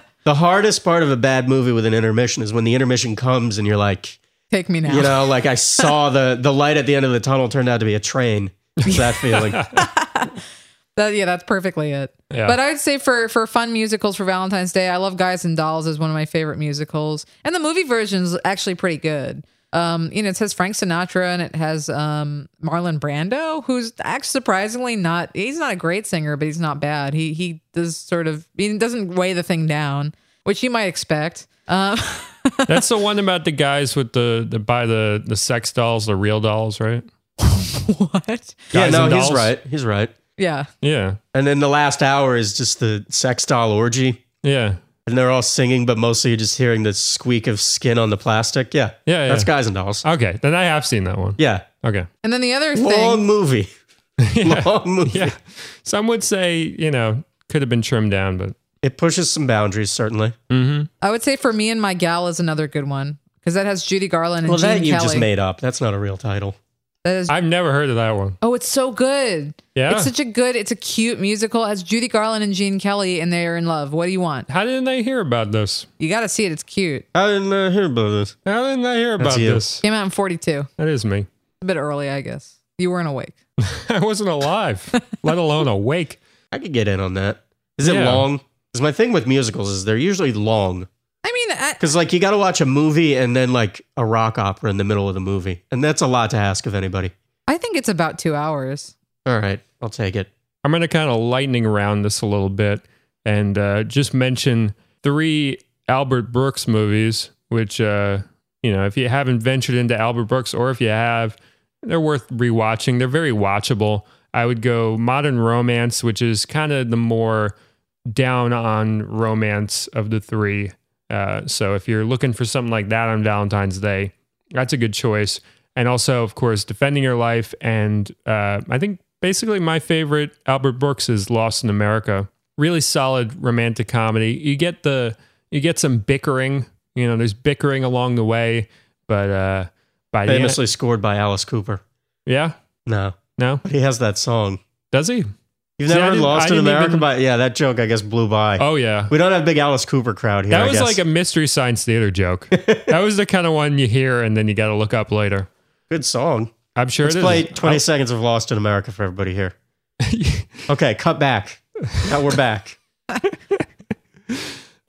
Speaker 2: the hardest part of a bad movie with an intermission is when the intermission comes and you're like,
Speaker 1: Take me now.
Speaker 2: you know, like I saw the the light at the end of the tunnel turned out to be a train. It's that feeling.
Speaker 1: That, yeah, that's perfectly it.
Speaker 3: Yeah.
Speaker 1: But I would say for for fun musicals for Valentine's Day, I love Guys and Dolls is one of my favorite musicals, and the movie version is actually pretty good. Um, you know, it has Frank Sinatra and it has um Marlon Brando, who's actually surprisingly not he's not a great singer, but he's not bad. He he does sort of he doesn't weigh the thing down, which you might expect. Um,
Speaker 3: That's the one about the guys with the, the buy the the sex dolls, the real dolls, right?
Speaker 1: what?
Speaker 2: yeah,
Speaker 3: Guys
Speaker 2: no,
Speaker 3: and
Speaker 2: he's
Speaker 3: dolls.
Speaker 2: right. He's right.
Speaker 1: Yeah,
Speaker 3: Yeah.
Speaker 2: And then the last hour is just the sex doll orgy.
Speaker 3: Yeah.
Speaker 2: And they're all singing, but mostly you're just hearing the squeak of skin on the plastic. Yeah.
Speaker 3: Yeah, Uh, yeah.
Speaker 2: That's guys and dolls.
Speaker 3: Okay. Then I have seen that one.
Speaker 2: yeah.
Speaker 3: Okay.
Speaker 1: and then the other
Speaker 2: Long
Speaker 1: thing,
Speaker 2: movie. Long movie.
Speaker 3: Yeah. Some would say, you know, could have been trimmed down, but
Speaker 2: It pushes some boundaries, certainly.
Speaker 1: I would say for me and my gal is another good one because that has Judy Garland and
Speaker 2: Well, that
Speaker 1: Gene
Speaker 2: you
Speaker 1: Kelly.
Speaker 2: just made up. That's not a real title.
Speaker 1: That is
Speaker 3: I've never heard of that one.
Speaker 1: Oh, it's so good.
Speaker 3: Yeah.
Speaker 1: It's such a good, it's a cute musical. It has Judy Garland and Gene Kelly, and they're in love. What do you want?
Speaker 3: How didn't I hear about this?
Speaker 1: You got to see it. It's cute.
Speaker 2: I didn't uh, hear about this.
Speaker 3: How didn't I hear
Speaker 2: That's
Speaker 3: about
Speaker 2: you.
Speaker 3: this?
Speaker 1: Came out in 42.
Speaker 3: That is me.
Speaker 1: A bit early, I guess. You weren't awake.
Speaker 3: I wasn't alive, let alone awake.
Speaker 2: I could get in on that. Is it
Speaker 3: Yeah.
Speaker 2: long? Because my thing with musicals is they're usually long.
Speaker 1: I mean, I,
Speaker 2: Because like you got to watch a movie and then like a rock opera in the middle of the movie, and that's a lot to ask of anybody.
Speaker 1: I think it's about two hours.
Speaker 2: All right, I'll take it.
Speaker 3: I'm going to kind of lightning round this a little bit and uh, just mention three Albert Brooks movies, which, uh, you know, if you haven't ventured into Albert Brooks or if you have, they're worth rewatching. They're very watchable. I would go Modern Romance, which is kind of the more down on romance of the three. Uh, so if you're looking for something like that on Valentine's Day, that's a good choice. And also, of course, Defending Your Life. And uh, I think basically my favorite Albert Brooks is Lost in America. Really solid romantic comedy. You get the you get some bickering. You know, there's bickering along the way, but uh, by the end,
Speaker 2: Famously scored by Alice Cooper.
Speaker 3: yeah,
Speaker 2: No,
Speaker 3: no,
Speaker 2: but he has that song.
Speaker 3: does he?
Speaker 2: You've
Speaker 3: See, I
Speaker 2: never heard
Speaker 3: didn't- I
Speaker 2: Lost in
Speaker 3: didn't
Speaker 2: America,
Speaker 3: even-
Speaker 2: but yeah, that joke I guess blew by.
Speaker 3: Oh yeah,
Speaker 2: We don't have big Alice Cooper crowd here.
Speaker 3: that
Speaker 2: I
Speaker 3: was
Speaker 2: guess.
Speaker 3: like a mystery science theater joke. that was the kind of one you hear and then you got to look up later.
Speaker 2: good song.
Speaker 3: I'm sure
Speaker 2: Let's
Speaker 3: it is. Oh,
Speaker 2: play 20 seconds of Lost in America for everybody here. okay, cut back. Now we're back.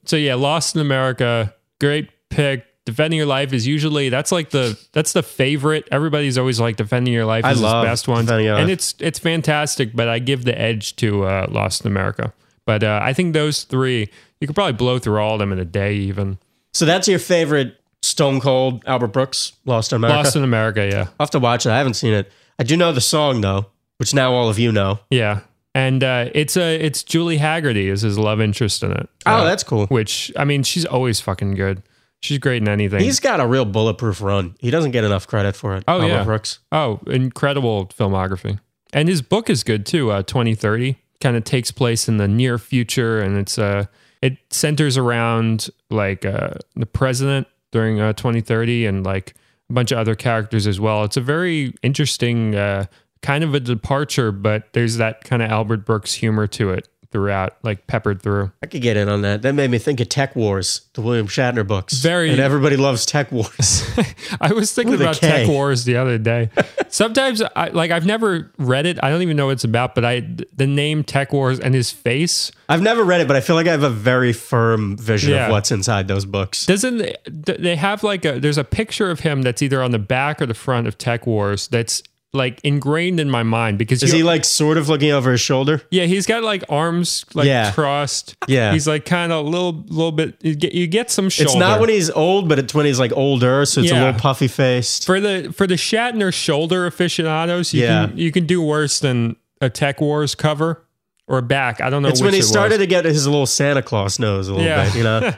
Speaker 3: So yeah, Lost in America, great pick. Defending Your Life is usually that's like the that's the favorite. Everybody's always like Defending Your Life
Speaker 2: I
Speaker 3: is the
Speaker 2: love
Speaker 3: best one,
Speaker 2: Defending Your
Speaker 3: and
Speaker 2: Life.
Speaker 3: it's it's fantastic. But I give the edge to uh, Lost in America. But uh, I think those three, you could probably blow through all of them in a day, even.
Speaker 2: So that's your favorite Stone Cold Albert Brooks Lost in America.
Speaker 3: Lost in America, yeah.
Speaker 2: I'll have to watch it. I haven't seen it. I do know the song though, which now all of you know.
Speaker 3: Yeah. And uh, it's a it's Julie Haggerty is his love interest in it.
Speaker 2: Oh,
Speaker 3: Uh,
Speaker 2: that's cool.
Speaker 3: which I mean, she's always fucking good. She's great in anything.
Speaker 2: He's got a real bulletproof run. He doesn't get enough credit for it.
Speaker 3: Oh,
Speaker 2: Albert
Speaker 3: yeah.
Speaker 2: Brooks.
Speaker 3: oh, incredible filmography. And his book is good too, uh, 2030. Kind of takes place in the near future and it's uh it centers around like uh the president during uh, 2030 and like a bunch of other characters as well. It's a very interesting uh kind of a departure, but there's that kind of Albert Brooks humor to it throughout, like peppered through.
Speaker 2: I could get in on that. That made me think of Tech Wars, the William Shatner books.
Speaker 3: Very-
Speaker 2: and everybody loves Tech Wars.
Speaker 3: I was thinking
Speaker 2: With a
Speaker 3: about
Speaker 2: K.
Speaker 3: Tech Wars the other day. Sometimes, I like, I've never read it. I don't even know what it's about, but I the name Tech Wars and his face
Speaker 2: I've never read it, but I feel like I have a very firm vision
Speaker 3: Yeah.
Speaker 2: of what's inside those books.
Speaker 3: doesn't. They have like a there's a picture of him that's either on the back or the front of Tech Wars that's like ingrained in my mind because
Speaker 2: Is
Speaker 3: you-
Speaker 2: he like sort of looking over his shoulder?
Speaker 3: Yeah, he's got like arms like
Speaker 2: Yeah.
Speaker 3: crossed.
Speaker 2: Yeah.
Speaker 3: he's like kind of a little little bit. You get, you get some shoulder.
Speaker 2: It's not when he's old, but it's when he's like older, so it's
Speaker 3: Yeah.
Speaker 2: a little puffy faced.
Speaker 3: for the for the Shatner shoulder aficionados, you
Speaker 2: Yeah.
Speaker 3: can you can do worse than a Tech Wars cover or back. I don't know.
Speaker 2: It's
Speaker 3: which
Speaker 2: when
Speaker 3: it
Speaker 2: he
Speaker 3: was.
Speaker 2: started to get his little Santa Claus nose a little
Speaker 3: Yeah.
Speaker 2: bit, you know?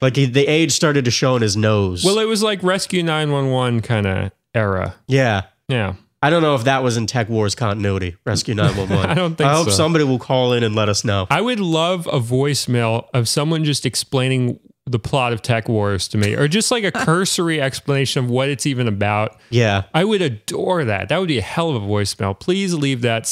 Speaker 2: like he, the age started to show in his nose.
Speaker 3: Well, it was like Rescue Nine One One kind of era.
Speaker 2: yeah.
Speaker 3: Yeah,
Speaker 2: I don't know if that was in Tech Wars continuity, Rescue 911.
Speaker 3: I don't think
Speaker 2: I hope
Speaker 3: so.
Speaker 2: somebody will call in and let us know.
Speaker 3: I would love a voicemail of someone just explaining the plot of Tech Wars to me, or just like a cursory explanation of what it's even about.
Speaker 2: Yeah.
Speaker 3: I would adore that. That would be a hell of a voicemail. Please leave that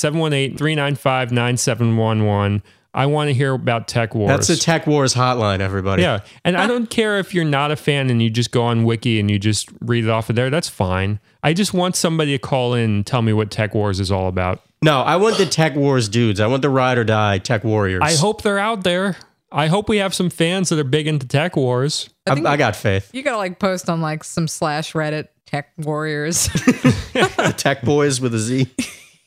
Speaker 3: 718-395-9711. I want to hear about Tech Wars.
Speaker 2: That's the Tech Wars hotline, everybody.
Speaker 3: Yeah. And I don't care if you're not a fan and you just go on Wiki and you just read it off of there. That's fine. I just want somebody to call in and tell me what Tech Wars is all about.
Speaker 2: No, I want the Tech Wars dudes. I want the ride or die Tech Warriors.
Speaker 3: I hope they're out there. I hope we have some fans that are big into Tech Wars.
Speaker 2: I, I got faith.
Speaker 1: You gotta like post on like some slash Reddit tech warriors.
Speaker 2: The Tech Boys with a Z.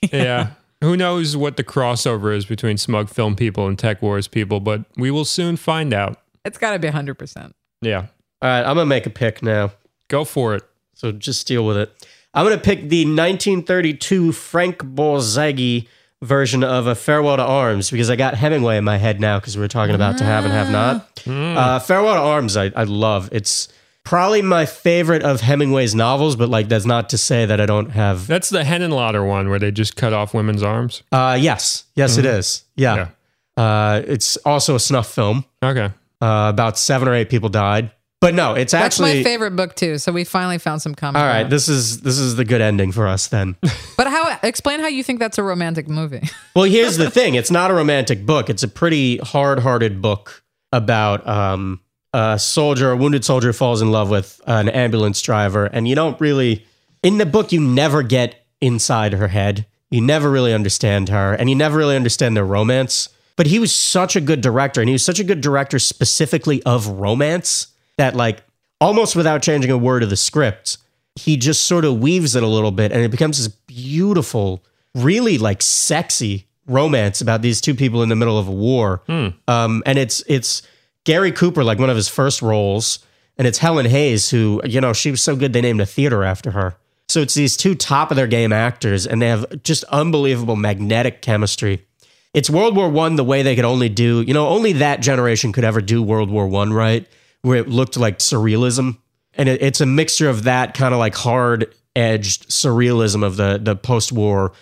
Speaker 3: Yeah. Who knows what the crossover is between smug film people and Tech Wars people, but we will soon find out.
Speaker 1: it's gotta be hundred percent.
Speaker 3: Yeah.
Speaker 2: All right, I'm going to make a pick now.
Speaker 3: Go for it.
Speaker 2: So just deal with it. I'm going to pick the 1932 Frank Bolzagi version of A Farewell to Arms because I got Hemingway in my head now because we were talking about to have and have not. Uh, Farewell to Arms, I, I love. It's probably my favorite of Hemingway's novels, but like that's not to say that I don't have.
Speaker 3: That's the Henenlotter one where they just cut off women's arms.
Speaker 2: Uh, yes, yes, it is. Yeah. Uh, it's also a snuff film.
Speaker 3: Okay.
Speaker 2: Uh, about seven or eight people died. But no, it's
Speaker 1: That's
Speaker 2: actually.
Speaker 1: my favorite book too. So we finally found some common.
Speaker 2: All right,
Speaker 1: ground.
Speaker 2: this is this is the good ending for us then.
Speaker 1: but how? Explain how you think that's a romantic movie.
Speaker 2: Well, here's the thing: it's not a romantic book. It's a pretty hard-hearted book about um, a soldier, a wounded soldier, who falls in love with an ambulance driver, and you don't really in the book you never get inside her head. You never really understand her, and you never really understand their romance. But he was such a good director, and he was such a good director specifically of romance that, like, almost without changing a word of the script, he just sort of weaves it a little bit and it becomes this beautiful really like sexy romance about these two people in the middle of a war um, and it's it's gary cooper like one of his first roles and it's helen hayes who you know she was so good they named a theater after her so it's these two top of their game actors and they have just unbelievable magnetic chemistry it's World War One the way they could only do, you know, only that generation could ever do World War One right, where it looked like surrealism, and it, it's a mixture of that kind of like hard edged surrealism of the the post war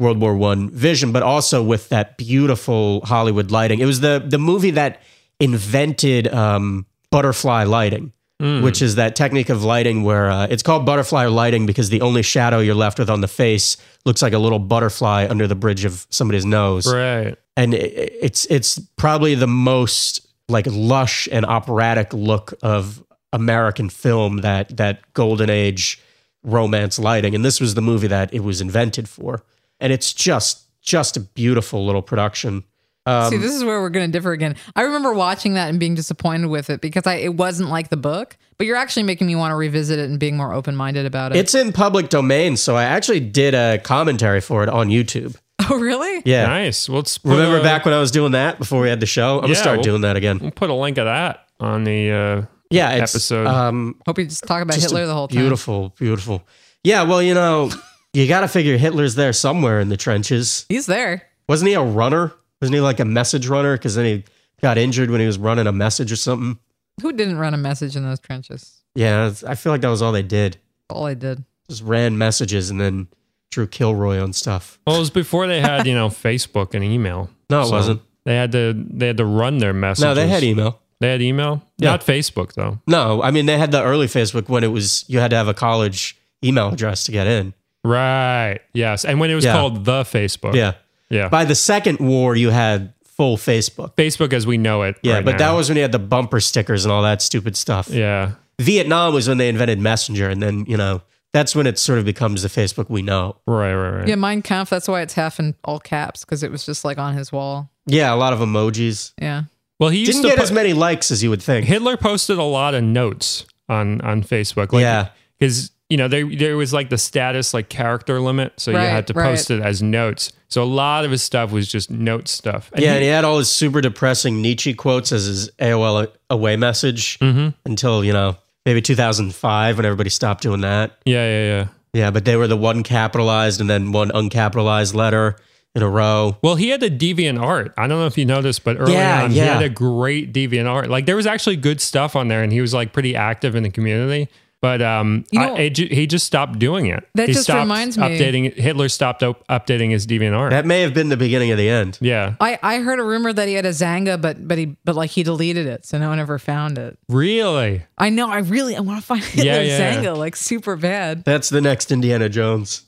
Speaker 2: World War One vision, but also with that beautiful Hollywood lighting. It was the the movie that invented um, butterfly lighting. Which is that technique of lighting where uh, it's called butterfly lighting because the only shadow you're left with on the face looks like a little butterfly under the bridge of somebody's nose
Speaker 3: Right.
Speaker 2: and it- it's it's probably the most like lush and operatic look of American film that that golden age romance lighting and this was the movie that it was invented for and it's just just a beautiful little production
Speaker 1: See, this is where we're going to differ again. I remember watching that and being disappointed with it because I it wasn't like the book. But you're actually making me want to revisit it and being more open minded about it.
Speaker 2: it's in public domain so I actually did a commentary for it on YouTube
Speaker 1: Oh, really?
Speaker 2: Yeah.
Speaker 3: Nice. Well, let's put
Speaker 2: Remember
Speaker 3: a,
Speaker 2: back when I was doing that before we had the show? I'm gonna
Speaker 3: Yeah,
Speaker 2: start
Speaker 3: well-
Speaker 2: doing that again.
Speaker 3: We'll put a link of that on the. Uh,
Speaker 2: Yeah, it's,
Speaker 3: Episode.
Speaker 2: Um,
Speaker 1: Hope you just talk about
Speaker 2: just
Speaker 1: Hitler
Speaker 2: a
Speaker 1: the whole time.
Speaker 2: Beautiful, beautiful. Yeah, well, you know, you got to figure Hitler's there somewhere in the trenches.
Speaker 1: He's there.
Speaker 2: Wasn't he a runner? Wasn't he like a message runner? Because then he got injured when he was running a message or something.
Speaker 1: Who didn't run a message in those trenches?
Speaker 2: Yeah, that's- I feel like that was all they did.
Speaker 1: All I did.
Speaker 2: Just ran messages and then drew Kilroy on stuff.
Speaker 3: well, it was before they had you know Facebook and email.
Speaker 2: No, it wasn't.
Speaker 3: They had to they had to run their messages.
Speaker 2: No, they had email.
Speaker 3: They had email.
Speaker 2: Yeah.
Speaker 3: Not Facebook though.
Speaker 2: No, I mean they had the early Facebook when it was you had to have a college email address to get in.
Speaker 3: Right. Yes. And when it was
Speaker 2: Yeah.
Speaker 3: called the Facebook.
Speaker 2: Yeah.
Speaker 3: Yeah.
Speaker 2: By the second war, you had full Facebook.
Speaker 3: Facebook as we know it.
Speaker 2: Yeah,
Speaker 3: right
Speaker 2: but that
Speaker 3: now.
Speaker 2: was when you had the bumper stickers and all that stupid stuff.
Speaker 3: Yeah.
Speaker 2: Vietnam was when they invented Messenger, and then you know that's when it sort of becomes the Facebook we know.
Speaker 3: Right. Right. Right.
Speaker 1: Yeah, Mein Kampf. That's why it's half in all caps because it was just like on his wall.
Speaker 2: Yeah, a lot of emojis.
Speaker 1: Yeah.
Speaker 3: Well, he used
Speaker 2: Didn't
Speaker 3: to
Speaker 2: get
Speaker 3: po-
Speaker 2: as many likes as you would think.
Speaker 3: Hitler posted a lot of notes on on Facebook. Like,
Speaker 2: Yeah.
Speaker 3: Because you know there there was like the status like character limit, so
Speaker 1: Right,
Speaker 3: you had to
Speaker 1: right.
Speaker 3: post it as notes. So a lot of his stuff was just note stuff. And
Speaker 2: Yeah,
Speaker 3: he-
Speaker 2: and he had all his super depressing Nietzsche quotes as his AOL away message until you know maybe 2005 when everybody stopped doing that.
Speaker 3: yeah, yeah, yeah.
Speaker 2: Yeah, but they were the one capitalized and then one uncapitalized letter in a row.
Speaker 3: Well, he had a deviant art. I don't know if you noticed, but early
Speaker 2: Yeah,
Speaker 3: on, he
Speaker 2: yeah.
Speaker 3: had a great deviant art. Like there was actually good stuff on there, and he was like pretty active in the community. But um,
Speaker 1: You
Speaker 3: I-
Speaker 1: know-
Speaker 3: it ju- he just stopped doing it.
Speaker 1: That
Speaker 3: he
Speaker 1: just
Speaker 3: stopped
Speaker 1: reminds me-
Speaker 3: Updating Hitler stopped up, updating his deviant art.
Speaker 2: That may have been the beginning of the end.
Speaker 3: yeah,
Speaker 1: I, I heard a rumor that he had a Zanga, but but he but like he deleted it, so no one ever found it.
Speaker 3: really.
Speaker 1: I know. I really I want to find Hitler
Speaker 3: Yeah, yeah.
Speaker 1: Zanga like super bad.
Speaker 2: That's the next Indiana Jones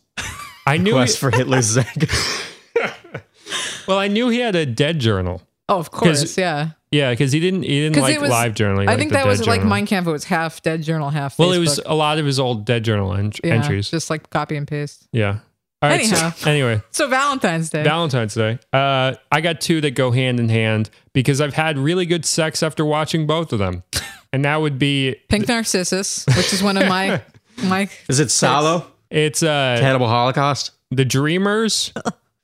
Speaker 3: I knew. He,
Speaker 2: quest for Hitler's Zanga.
Speaker 3: well, I knew he had a dead journal.
Speaker 1: Oh, of course, yeah.
Speaker 3: Yeah, because he didn't he didn't
Speaker 1: Because
Speaker 3: like
Speaker 1: it was
Speaker 3: live journaling.
Speaker 1: I
Speaker 3: like
Speaker 1: think
Speaker 3: the
Speaker 1: that
Speaker 3: dead
Speaker 1: was like
Speaker 3: journal.
Speaker 1: Mein Kampf. It was half dead journal, half.
Speaker 3: Well, it was
Speaker 1: Facebook.
Speaker 3: a lot of his old dead journal en-
Speaker 1: Yeah,
Speaker 3: entries.
Speaker 1: just like copy and paste.
Speaker 3: yeah. All right. so-
Speaker 1: Anyhow.
Speaker 3: anyway,
Speaker 1: So Valentine's Day.
Speaker 3: Valentine's Day. Uh, I got two that go hand in hand because I've had really good sex after watching both of them, and that would be
Speaker 1: Pink Narcissus, which is one of my my
Speaker 2: Is it Salo?
Speaker 3: it's uh
Speaker 2: Cannibal Holocaust?
Speaker 3: the Dreamers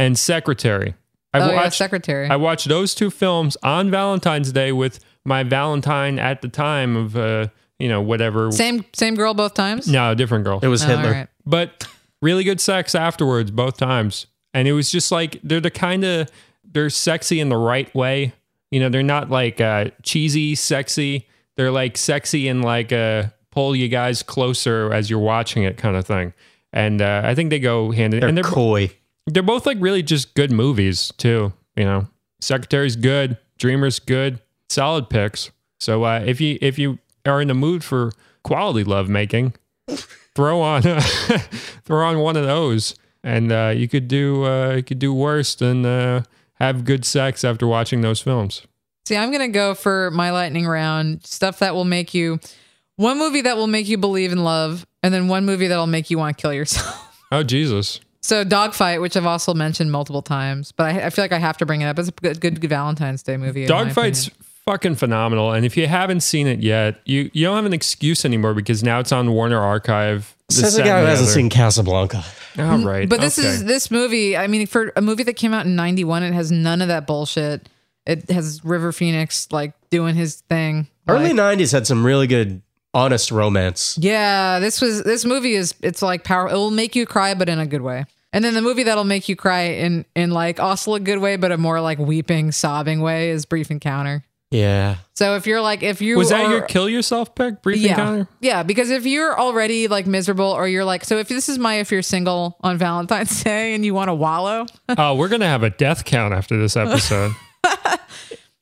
Speaker 3: and Secretary. I
Speaker 1: oh, yeah,
Speaker 3: watched
Speaker 1: secretary.
Speaker 3: I watched those two films on Valentine's Day with my Valentine at the time of uh you know whatever.
Speaker 1: same same girl both times.
Speaker 3: No, different girl.
Speaker 2: It was
Speaker 1: Oh,
Speaker 2: Hitler.
Speaker 1: all right.
Speaker 3: but really good sex afterwards both times and it was just like they're the kind of they're sexy in the right way you know they're not like uh cheesy sexy they're like sexy and like uh pull you guys closer as you're watching it kind of thing and uh, i think they go hand in
Speaker 2: They're,
Speaker 3: and they're
Speaker 2: coy.
Speaker 3: they're both like really just good movies too you know secretary's good dreamers good solid picks so uh, if you if you are in the mood for quality love making throw on throw on one of those and uh, you could do uh, you could do worse than uh, have good sex after watching those films
Speaker 1: See, I'm gonna go for my lightning round stuff that will make you one movie that will make you believe in love, and then one movie that'll make you want to kill yourself.
Speaker 3: oh jesus
Speaker 1: So Dogfight, which I've also mentioned multiple times, but I, I feel like I have to bring it up. It's a good, good Valentine's Day movie. in my
Speaker 3: Dogfight's
Speaker 1: opinion.
Speaker 3: fucking phenomenal, and if you haven't seen it yet, you you don't have an excuse anymore because now it's on Warner Archive. This,
Speaker 2: Says the
Speaker 3: that,
Speaker 2: guy
Speaker 3: and
Speaker 2: who
Speaker 3: the
Speaker 2: hasn't
Speaker 3: other.
Speaker 2: seen Casablanca.
Speaker 3: All right,
Speaker 1: But this
Speaker 3: okay.
Speaker 1: is this movie. I mean, for a movie that came out in '91, it has none of that bullshit. It has River Phoenix like doing his thing.
Speaker 2: Early
Speaker 1: like-
Speaker 2: 90s had some really good, honest romance.
Speaker 1: Yeah, this was this movie is it's like power. It will make you cry, but in a good way. And then the movie that'll make you cry in in like also a good way, but a more like weeping, sobbing way is Brief Encounter.
Speaker 2: Yeah.
Speaker 1: So if you're like if you
Speaker 3: was that
Speaker 1: are-
Speaker 3: your kill yourself pick? Brief
Speaker 1: yeah
Speaker 3: encounter.
Speaker 1: yeah because if you're already like miserable or you're like so if this is my if you're single on Valentine's Day and you want to wallow
Speaker 3: Oh, we're gonna have a death count after this episode.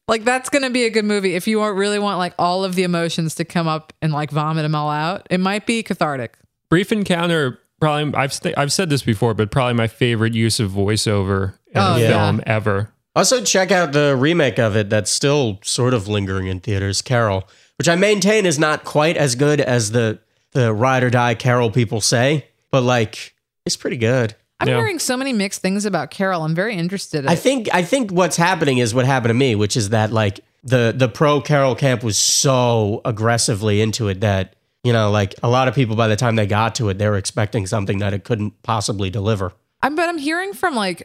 Speaker 1: like that's gonna be a good movie if you are- really want like all of the emotions to come up and like vomit them all out it might be cathartic
Speaker 3: Brief encounter. Probably, I've st- I've said this before, but probably my favorite use of voiceover in
Speaker 1: Oh,
Speaker 3: a
Speaker 1: yeah.
Speaker 3: film ever.
Speaker 2: Also, check out the remake of it that's still sort of lingering in theaters, Carol, which I maintain is not quite as good as the, the ride or die Carol people say, but like, it's pretty good.
Speaker 1: I'm
Speaker 3: Yeah.
Speaker 1: hearing so many mixed things about Carol I'm very interested in
Speaker 2: I think I think what's happening is what happened to me, which is that like the the pro Carol camp was so aggressively into it that you know like a lot of people by the time they got to it they were expecting something that it couldn't possibly deliver.
Speaker 1: I'm, but I'm hearing from like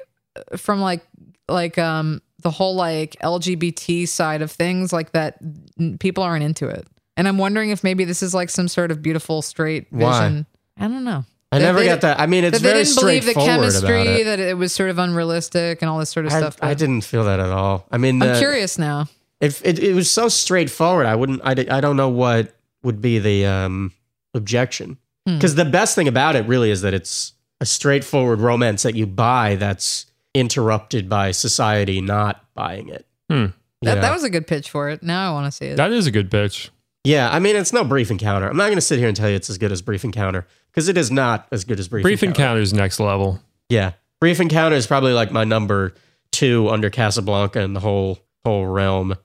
Speaker 1: from like like um the whole like LGBT side of things like that n- people aren't into it. And I'm wondering if maybe this is like some sort of beautiful straight vision.
Speaker 2: Why?
Speaker 1: I don't know.
Speaker 2: I
Speaker 1: They-
Speaker 2: never
Speaker 1: they-
Speaker 2: got that. I mean, it's
Speaker 1: that they
Speaker 2: very
Speaker 1: didn't believe the
Speaker 2: straightforward about
Speaker 1: chemistry,
Speaker 2: it.
Speaker 1: that it was sort of unrealistic and all this sort of
Speaker 2: I,
Speaker 1: stuff.
Speaker 2: I
Speaker 1: but
Speaker 2: didn't feel that at all. I mean,
Speaker 1: I'm
Speaker 2: the-
Speaker 1: curious now.
Speaker 2: If it, it was so straightforward, I wouldn't. I, di- I don't know what would be the um, objection.
Speaker 1: Hmm.
Speaker 2: Because the best thing about it really is that it's a straightforward romance that you buy that's interrupted by society not buying it.
Speaker 3: Hmm.
Speaker 1: That,
Speaker 2: Yeah.
Speaker 1: that was a good pitch for it. Now I want to see it.
Speaker 3: That is a good pitch.
Speaker 2: yeah, I mean, it's no brief encounter. I'm not going to sit here and tell you it's as good as brief encounter because it is not as good as brief,
Speaker 3: Brief encounters next level.
Speaker 2: Yeah. Brief Encounter is probably like my number two under Casablanca and the whole whole realm.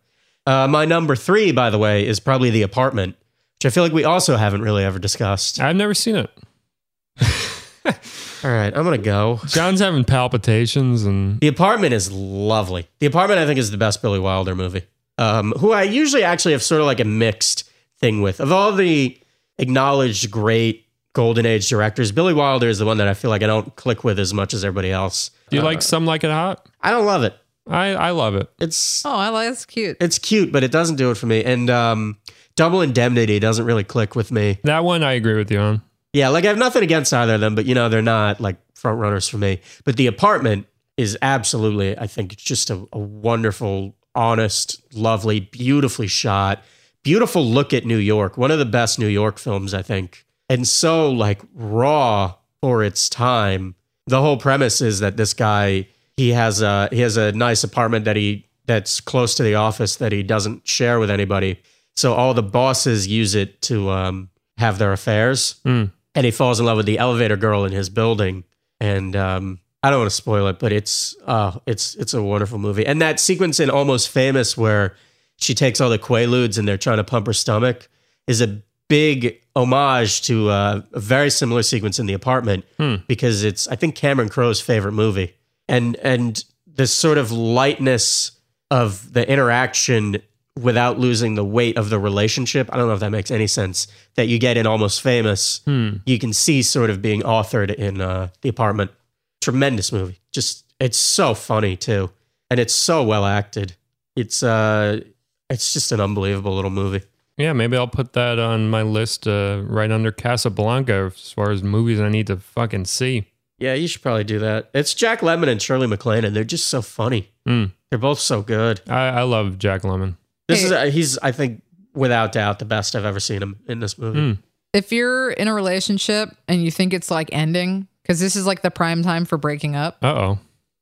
Speaker 2: Uh, my number three, by the way, is probably The Apartment, which I feel like we also haven't really ever discussed.
Speaker 3: I've never seen it.
Speaker 2: All right, I'm gonna go.
Speaker 3: John's having palpitations and
Speaker 2: The Apartment is lovely. The Apartment, I think, is the best Billy Wilder movie. Um, who I usually actually have sort of like a mixed thing with. Of all the acknowledged great golden age directors, Billy Wilder is the one that I feel like I don't click with as much as everybody else. Uh,
Speaker 3: do you
Speaker 1: Uh,
Speaker 3: like some like it hot?
Speaker 2: I don't love it.
Speaker 3: I, I love it.
Speaker 2: It's
Speaker 1: oh, I like that's cute.
Speaker 2: it's cute, but it doesn't do it for me. And um, Double Indemnity doesn't really click with me.
Speaker 3: That one I agree with you on.
Speaker 2: Yeah, like I have nothing against either of them, but you know they're not like front runners for me. But The Apartment is absolutely, I think, just a, a wonderful, honest, lovely, beautifully shot, beautiful look at New York. One of the best New York films, I think, and so like raw for its time. The whole premise is that this guy he has a he has a nice apartment that he that's close to the office that he doesn't share with anybody. So all the bosses use it to um, have their affairs and he falls in love with the elevator girl in his building. And um, I don't want to spoil it, but it's uh, it's it's a wonderful movie. And that sequence in Almost Famous where she takes all the quaaludes and they're trying to pump her stomach is a big homage to uh, a very similar sequence in The Apartment because it's I think Cameron Crowe's favorite movie. And and this sort of lightness of the interaction without losing the weight of the relationship. I don't know if that makes any sense that you get in Almost Famous. You can see sort of being authored in uh, The Apartment. Tremendous movie. Just it's so funny too, and it's so well acted. It's uh, it's just an unbelievable little movie.
Speaker 3: Yeah, maybe I'll put that on my list uh, right under Casablanca as far as movies I need to fucking see.
Speaker 2: Yeah, you should probably do that. It's Jack Lemmon and Shirley MacLaine, and they're just so funny.
Speaker 3: Mm.
Speaker 2: They're both so good.
Speaker 3: I, I love Jack Lemon.
Speaker 2: This
Speaker 1: Hey.
Speaker 2: is uh, he's I think without doubt the best I've ever seen him in this movie.
Speaker 3: Mm.
Speaker 1: If you're in a relationship and you think it's like ending, because this is like the prime time for breaking up,
Speaker 3: Uh oh.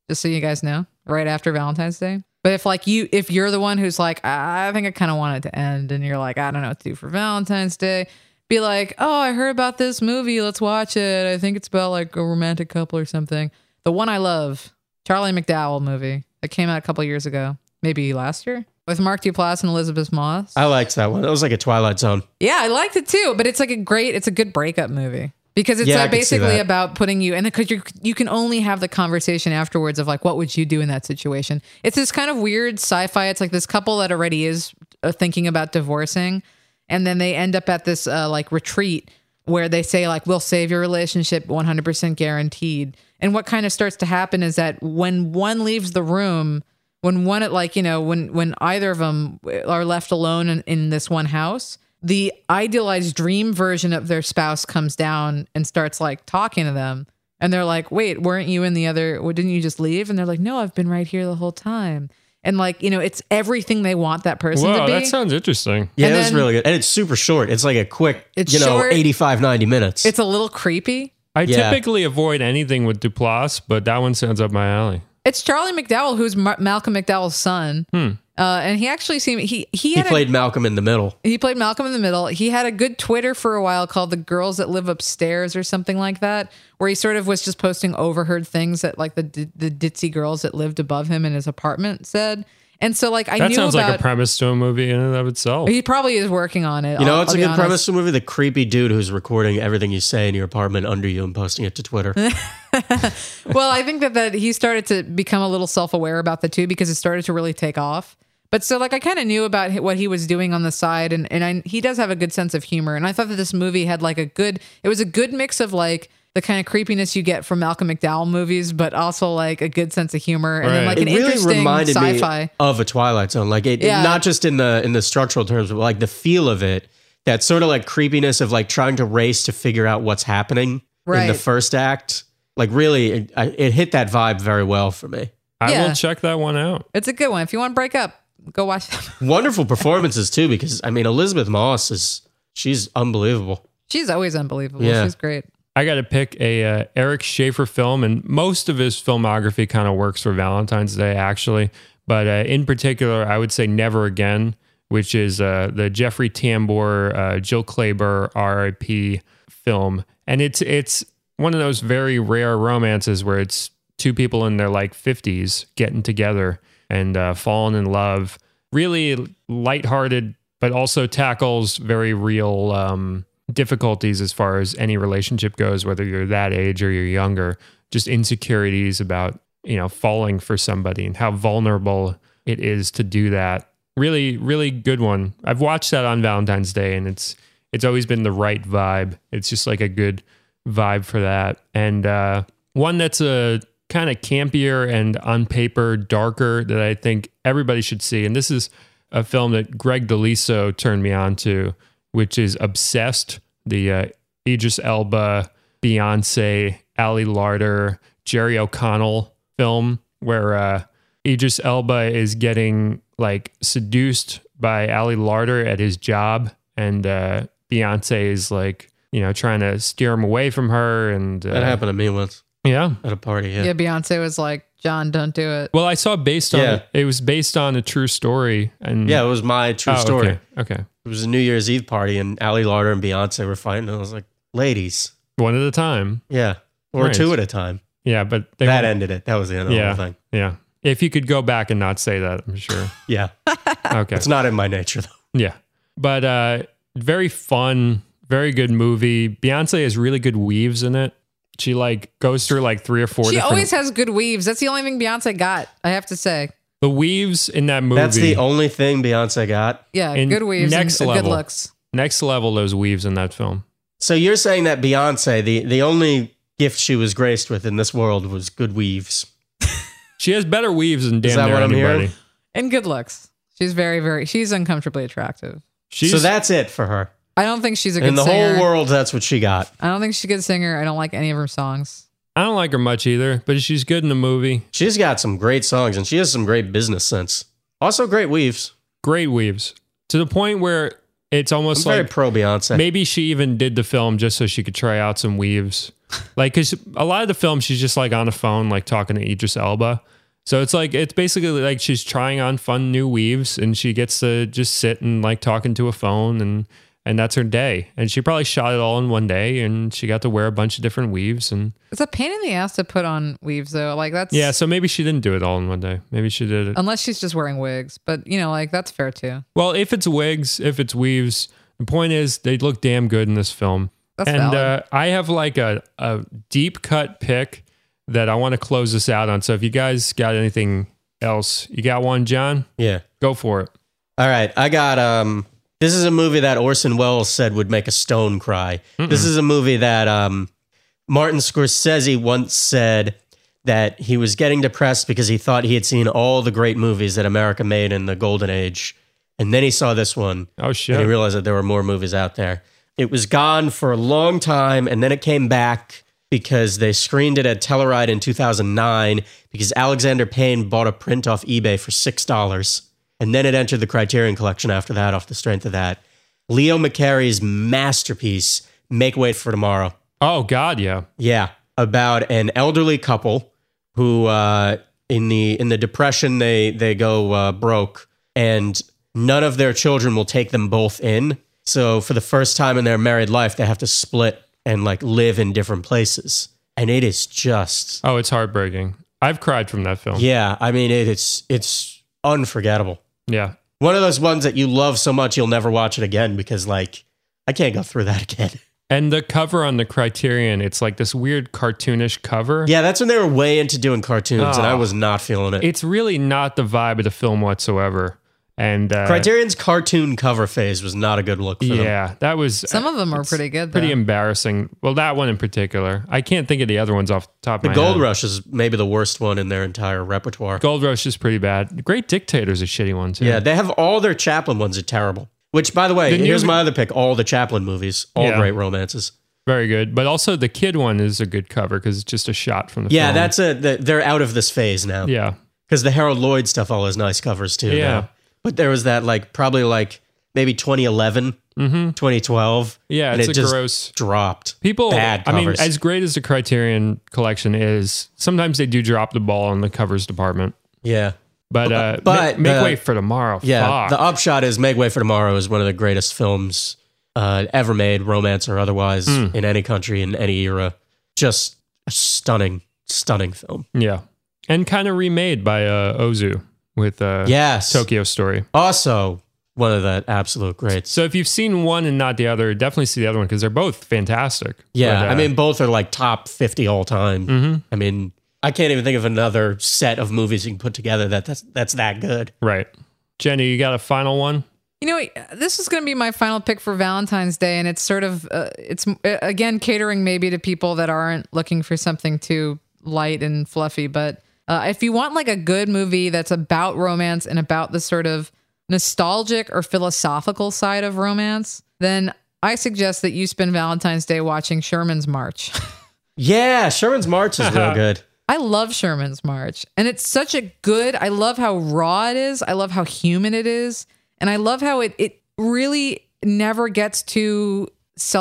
Speaker 1: just so you guys know, right after Valentine's Day. But if like you, if you're the one who's like, I I think I kind of want it to end, and you're like, I don't know what to do for Valentine's Day, be like, oh, I heard about this movie, let's watch it. I think it's about like a romantic couple or something. The one I love, Charlie McDowell movie that came out a couple years ago, maybe last year, with Mark Duplass and Elizabeth Moss.
Speaker 2: I liked that one. That was like a Twilight Zone.
Speaker 1: Yeah, I liked it too, but it's like a great, it's a good breakup movie because it's
Speaker 2: Yeah,
Speaker 1: uh,
Speaker 2: I could see
Speaker 1: basically
Speaker 2: that.
Speaker 1: about putting you and because you you can only have the conversation afterwards of like what would you do in that situation. It's this kind of weird sci-fi. It's like this couple that already is uh, thinking about divorcing, and then they end up at this uh, like retreat where they say like we'll save your relationship 100% guaranteed. And what kind of starts to happen is that when one leaves the room, when one at like you know when when either of them are left alone in, in this one house the idealized dream version of their spouse comes down and starts like talking to them and they're like wait weren't you in the other well, didn't you just leave and they're like no i've been right here the whole time and like you know it's everything they want that person to
Speaker 3: Whoa,
Speaker 1: be
Speaker 3: that sounds interesting.
Speaker 2: Yeah,
Speaker 1: And
Speaker 2: it was
Speaker 1: then-
Speaker 2: really good. And it's super short. It's like a quick,
Speaker 1: It's
Speaker 2: you know,
Speaker 1: short.
Speaker 2: eighty-five, ninety 85, 90 minutes.
Speaker 1: it's a little creepy
Speaker 3: I
Speaker 2: Yeah.
Speaker 3: typically avoid anything with Duplass, but that one sounds up my alley.
Speaker 1: it's charlie mcdowell who's Mar- malcolm mcdowell's son
Speaker 3: Hmm.
Speaker 1: uh, and he actually seemed he he
Speaker 2: he
Speaker 1: had a-
Speaker 2: played Malcolm in the Middle.
Speaker 1: He played Malcolm in the Middle. He had a good Twitter for a while called The Girls That Live Upstairs or something like that, where he sort of was just posting overheard things that like the d- the ditzy girls that lived above him in his apartment said. And so like I
Speaker 3: That
Speaker 1: knew
Speaker 3: sounds
Speaker 1: about
Speaker 3: like a premise to a movie in and of itself.
Speaker 1: he probably is working on it.
Speaker 2: You know,
Speaker 1: I'll-
Speaker 2: it's
Speaker 1: I'll
Speaker 2: a
Speaker 1: be
Speaker 2: good
Speaker 1: honest.
Speaker 2: premise to a movie. The creepy dude who's recording everything you say in your apartment under you and posting it to Twitter.
Speaker 1: well, I think that, that he started to become a little self aware about the two because it started to really take off. But so, like, I kind of knew about hi- what he was doing on the side, and and I, he does have a good sense of humor. And I thought that this movie had like a good, it was a good mix of like the kind of creepiness you get from Malcolm McDowell movies, but also like a good sense of humor and then
Speaker 3: Right.
Speaker 1: like an
Speaker 2: it really
Speaker 1: interesting
Speaker 2: reminded
Speaker 1: sci-fi.
Speaker 2: me of a Twilight Zone. Like it,
Speaker 1: Yeah.
Speaker 2: not just in the in the structural terms, but like the feel of it. That sort of like creepiness of like trying to race to figure out what's happening in the
Speaker 1: Right.
Speaker 2: first act. Like really, it, I- it hit that vibe very well for me.
Speaker 3: I
Speaker 1: Yeah.
Speaker 3: will check that one out.
Speaker 1: It's a good one. If you want to break up, go watch that.
Speaker 2: Wonderful performances too, because I mean Elizabeth Moss is she's unbelievable.
Speaker 1: She's always unbelievable.
Speaker 2: Yeah.
Speaker 1: She's great.
Speaker 3: I got to pick a uh, Eric Schaefer film, and most of his filmography kind of works for Valentine's Day, actually. But uh, in particular, I would say Never Again, which is uh, the Jeffrey Tambor, uh, Jill Clayburgh, R.I.P. film, and it's it's one of those very rare romances where it's two people in their like fifties getting together and uh, falling in love. Really lighthearted, but also tackles very real. Um, difficulties as far as any relationship goes, whether you're that age or you're younger, just insecurities about, you know, falling for somebody and how vulnerable it is to do that. Really, really good one. I've watched that on Valentine's Day and it's it's always been the right vibe. It's just like a good vibe for that. And uh one that's a kind of campier and on paper darker that I think everybody should see. And this is a film that Greg DeLiso turned me on to, which is Obsessed, the uh, Idris Elba, Beyonce, Ali Larder, Jerry O'Connell film, where uh, Idris Elba is getting like seduced by Ali Larder at his job, and uh, Beyonce is like, you know, trying to steer him away from her. And uh,
Speaker 2: That happened to me once
Speaker 3: Yeah.
Speaker 2: at a party. Yeah.
Speaker 1: Yeah. Beyonce was like, John, don't do it.
Speaker 3: Well, I saw based on
Speaker 2: Yeah.
Speaker 3: it was based on a true story, and
Speaker 2: Yeah, it was my true
Speaker 3: Oh,
Speaker 2: story.
Speaker 3: Okay. okay,
Speaker 2: It was a New Year's Eve party, and Ali Larder and Beyonce were fighting. And I was like, ladies,
Speaker 3: one at a time.
Speaker 2: yeah, or
Speaker 3: Nice.
Speaker 2: two at a time.
Speaker 3: Yeah, but they
Speaker 2: that
Speaker 3: won't-
Speaker 2: ended it. That was the end of
Speaker 3: Yeah.
Speaker 2: the whole thing.
Speaker 3: Yeah. If you could go back and not say that, I'm sure.
Speaker 2: Yeah,
Speaker 3: Okay.
Speaker 2: it's not in my nature though.
Speaker 3: yeah. But uh very fun, very good movie. Beyonce has really good weaves in it. She like goes through like three or four
Speaker 1: She
Speaker 3: different
Speaker 1: always has good weaves. That's the only thing Beyonce got, I have to say.
Speaker 3: the weaves in that movie.
Speaker 2: That's the only thing Beyonce got.
Speaker 1: Yeah,
Speaker 3: And
Speaker 1: good weaves
Speaker 3: next
Speaker 1: and
Speaker 3: level.
Speaker 1: good looks.
Speaker 3: next level those weaves in that film.
Speaker 2: So you're saying that Beyonce, the the only gift she was graced with in this world was good weaves.
Speaker 3: She has better weaves than damn
Speaker 2: that
Speaker 3: near
Speaker 2: what I'm hearing?
Speaker 3: anybody.
Speaker 1: And good looks. She's very, very, she's uncomfortably attractive.
Speaker 3: She's
Speaker 2: so that's it for her.
Speaker 1: I don't think she's a good
Speaker 2: In the
Speaker 1: singer.
Speaker 2: whole world, that's what she got.
Speaker 1: I don't think she's a good singer. I don't like any of her songs.
Speaker 3: I don't like her much either, but she's good in the movie.
Speaker 2: She's got some great songs, and she has some great business sense. Also, great weaves.
Speaker 3: Great weaves. To the point where it's
Speaker 2: I'm
Speaker 3: almost
Speaker 2: very
Speaker 3: like
Speaker 2: pro Beyonce.
Speaker 3: Maybe she even did the film just so she could try out some weaves. Like, cause a lot of the film, she's just like on the phone, like talking to Idris Elba. So it's like, it's basically like she's trying on fun new weaves and she gets to just sit and like talking to a phone and, and that's her day. And she probably shot it all in one day and she got to wear a bunch of different weaves. And
Speaker 1: It's a pain in the ass to put on weaves, though. Like, that's,
Speaker 3: yeah, so maybe she didn't do it all in one day. Maybe she did it.
Speaker 1: unless she's just wearing wigs. But, you know, like, that's fair too.
Speaker 3: Well, if it's wigs, if it's weaves, the point is they look damn good in this film.
Speaker 1: That's
Speaker 3: and
Speaker 1: valid.
Speaker 3: uh, I have like a, a deep cut pick that I want to close this out on. So if you guys got anything else, you got one, John?
Speaker 2: yeah.
Speaker 3: Go for it.
Speaker 2: All right, I got um this is a movie that Orson Welles said would make a stone cry. This is a movie that um Martin Scorsese once said that he was getting depressed because he thought he had seen all the great movies that America made in the golden age. And then he saw this one
Speaker 3: Oh
Speaker 2: and he
Speaker 3: shit.
Speaker 2: realized that there were more movies out there. It was gone for a long time, and then it came back because they screened it at Telluride in 2009 because Alexander Payne bought a print off eBay for $6. And then it entered the Criterion Collection after that, off the strength of that. Leo McCarey's masterpiece, Make Wait for Tomorrow.
Speaker 3: Oh god, yeah.
Speaker 2: Yeah, about an elderly couple who uh, in the in the depression they they go uh, broke and none of their children will take them both in. So for the first time in their married life, they have to split and like live in different places, and it is just
Speaker 3: Oh, it's heartbreaking. I've cried from that film. Yeah.
Speaker 2: yeah. I mean, it, it's it's unforgettable. One of those ones that you love so much you'll never watch it again because like I can't go through that again.
Speaker 3: And the cover on the Criterion, it's like this weird cartoonish cover.
Speaker 2: Yeah, that's when they were way into doing cartoons, and I was not feeling it.
Speaker 3: It's really not the vibe of the film whatsoever. And uh,
Speaker 2: Criterion's cartoon cover phase was not a good look for them.
Speaker 3: Yeah, that was
Speaker 1: Some of them are pretty good. Though.
Speaker 3: pretty embarrassing. Well, that one in particular. I can't think of the other ones off the top
Speaker 2: The
Speaker 3: of my
Speaker 2: Gold
Speaker 3: head.
Speaker 2: Rush is maybe the worst one in their entire repertoire.
Speaker 3: Gold Rush is pretty bad. Great Dictator's a shitty one too.
Speaker 2: Yeah, they have all their Chaplin ones are terrible. Which, by the way,
Speaker 3: The new-
Speaker 2: here's my other pick: all the Chaplin movies, all
Speaker 3: Yeah.
Speaker 2: great romances.
Speaker 3: very good. But also the kid one is a good cover because it's just a shot from the
Speaker 2: Yeah,
Speaker 3: film.
Speaker 2: that's a the, they're out of this phase now
Speaker 3: yeah,
Speaker 2: because the Harold Lloyd stuff all has nice covers too.
Speaker 3: Yeah.
Speaker 2: now. but there was that like probably like maybe 2011, 2012.
Speaker 3: Mm-hmm. yeah.
Speaker 2: and
Speaker 3: It's
Speaker 2: it
Speaker 3: a
Speaker 2: just
Speaker 3: gross.
Speaker 2: dropped.
Speaker 3: People,
Speaker 2: bad
Speaker 3: I mean,
Speaker 2: covers.
Speaker 3: as great as the Criterion collection is, sometimes they do drop the ball in the covers department.
Speaker 2: yeah,
Speaker 3: But, uh, ma-
Speaker 2: but
Speaker 3: make
Speaker 2: the-
Speaker 3: way for tomorrow.
Speaker 2: yeah.
Speaker 3: Fuck.
Speaker 2: The upshot is Make Way for Tomorrow is one of the greatest films uh, ever made, romance or otherwise,
Speaker 3: Hmm.
Speaker 2: in any country in any era. Just a stunning, stunning film.
Speaker 3: yeah, and kind of remade by uh, Ozu with uh,
Speaker 2: Yes.
Speaker 3: Tokyo Story.
Speaker 2: Also, one of the absolute greats.
Speaker 3: So if you've seen one and not the other, definitely see the other one because they're both fantastic.
Speaker 2: Yeah,
Speaker 3: But, uh, mm-hmm.
Speaker 2: I mean, both are like top fifty all time.
Speaker 3: Hmm.
Speaker 2: I mean, I can't even think of another set of movies you can put together that that's that's that good.
Speaker 3: right, Jenny, you got a final one?
Speaker 1: You know, uh, this is going to be my final pick for Valentine's Day, and it's sort of uh, it's uh, again catering maybe to people that aren't looking for something too light and fluffy. But uh, if you want like a good movie that's about romance and about the sort of nostalgic or philosophical side of romance, then I suggest that you spend Valentine's Day watching Sherman's March.
Speaker 2: Yeah, Sherman's March is real good.
Speaker 1: I love Sherman's March. And it's such a good, I love how raw it is. I love how human it is. And I love how it it really never gets too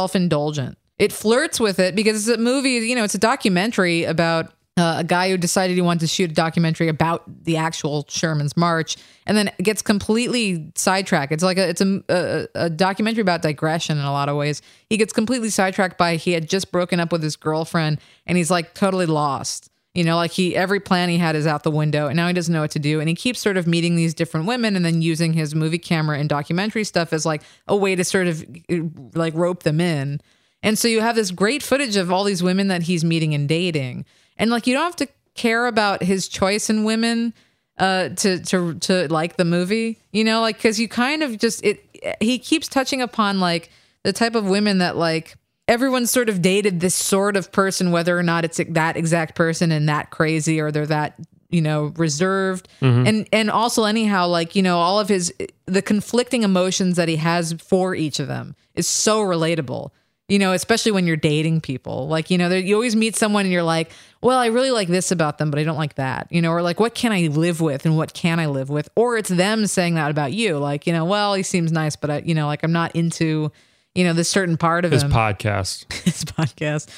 Speaker 1: self-indulgent. It flirts with it because it's a movie, you know, it's a documentary about uh, a guy who decided he wanted to shoot a documentary about the actual Sherman's March and then gets completely sidetracked. It's like a, it's a, a, a documentary about digression in a lot of ways. He gets completely sidetracked by he had just broken up with his girlfriend and he's like totally lost. You know, like he every plan he had is out the window, and now he doesn't know what to do. And he keeps sort of meeting these different women, and then using his movie camera and documentary stuff as like a way to sort of eh, like rope them in. And so you have this great footage of all these women that he's meeting and dating, and like you don't have to care about his choice in women uh to to to like the movie you know like because you kind of just it he keeps touching upon like the type of women that like everyone's sort of dated this sort of person whether or not it's that exact person and that crazy or they're that you know reserved and and also anyhow like you know all of his the conflicting emotions that he has for each of them is so relatable you know, especially when you're dating people. Like, you know, there- you always meet someone and you're like, well, I really like this about them, but I don't like that, you know, or like, what can I live with and what can I live with? Or it's them saying that about you. Like, you know, well, he seems nice, but I, you know, like I'm not into, you know, this certain part of
Speaker 3: This
Speaker 1: him,
Speaker 3: podcast.
Speaker 1: his podcast.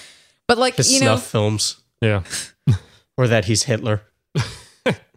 Speaker 1: But like,
Speaker 2: His
Speaker 1: you know,
Speaker 2: snuff films,
Speaker 3: Yeah,
Speaker 2: or that he's Hitler.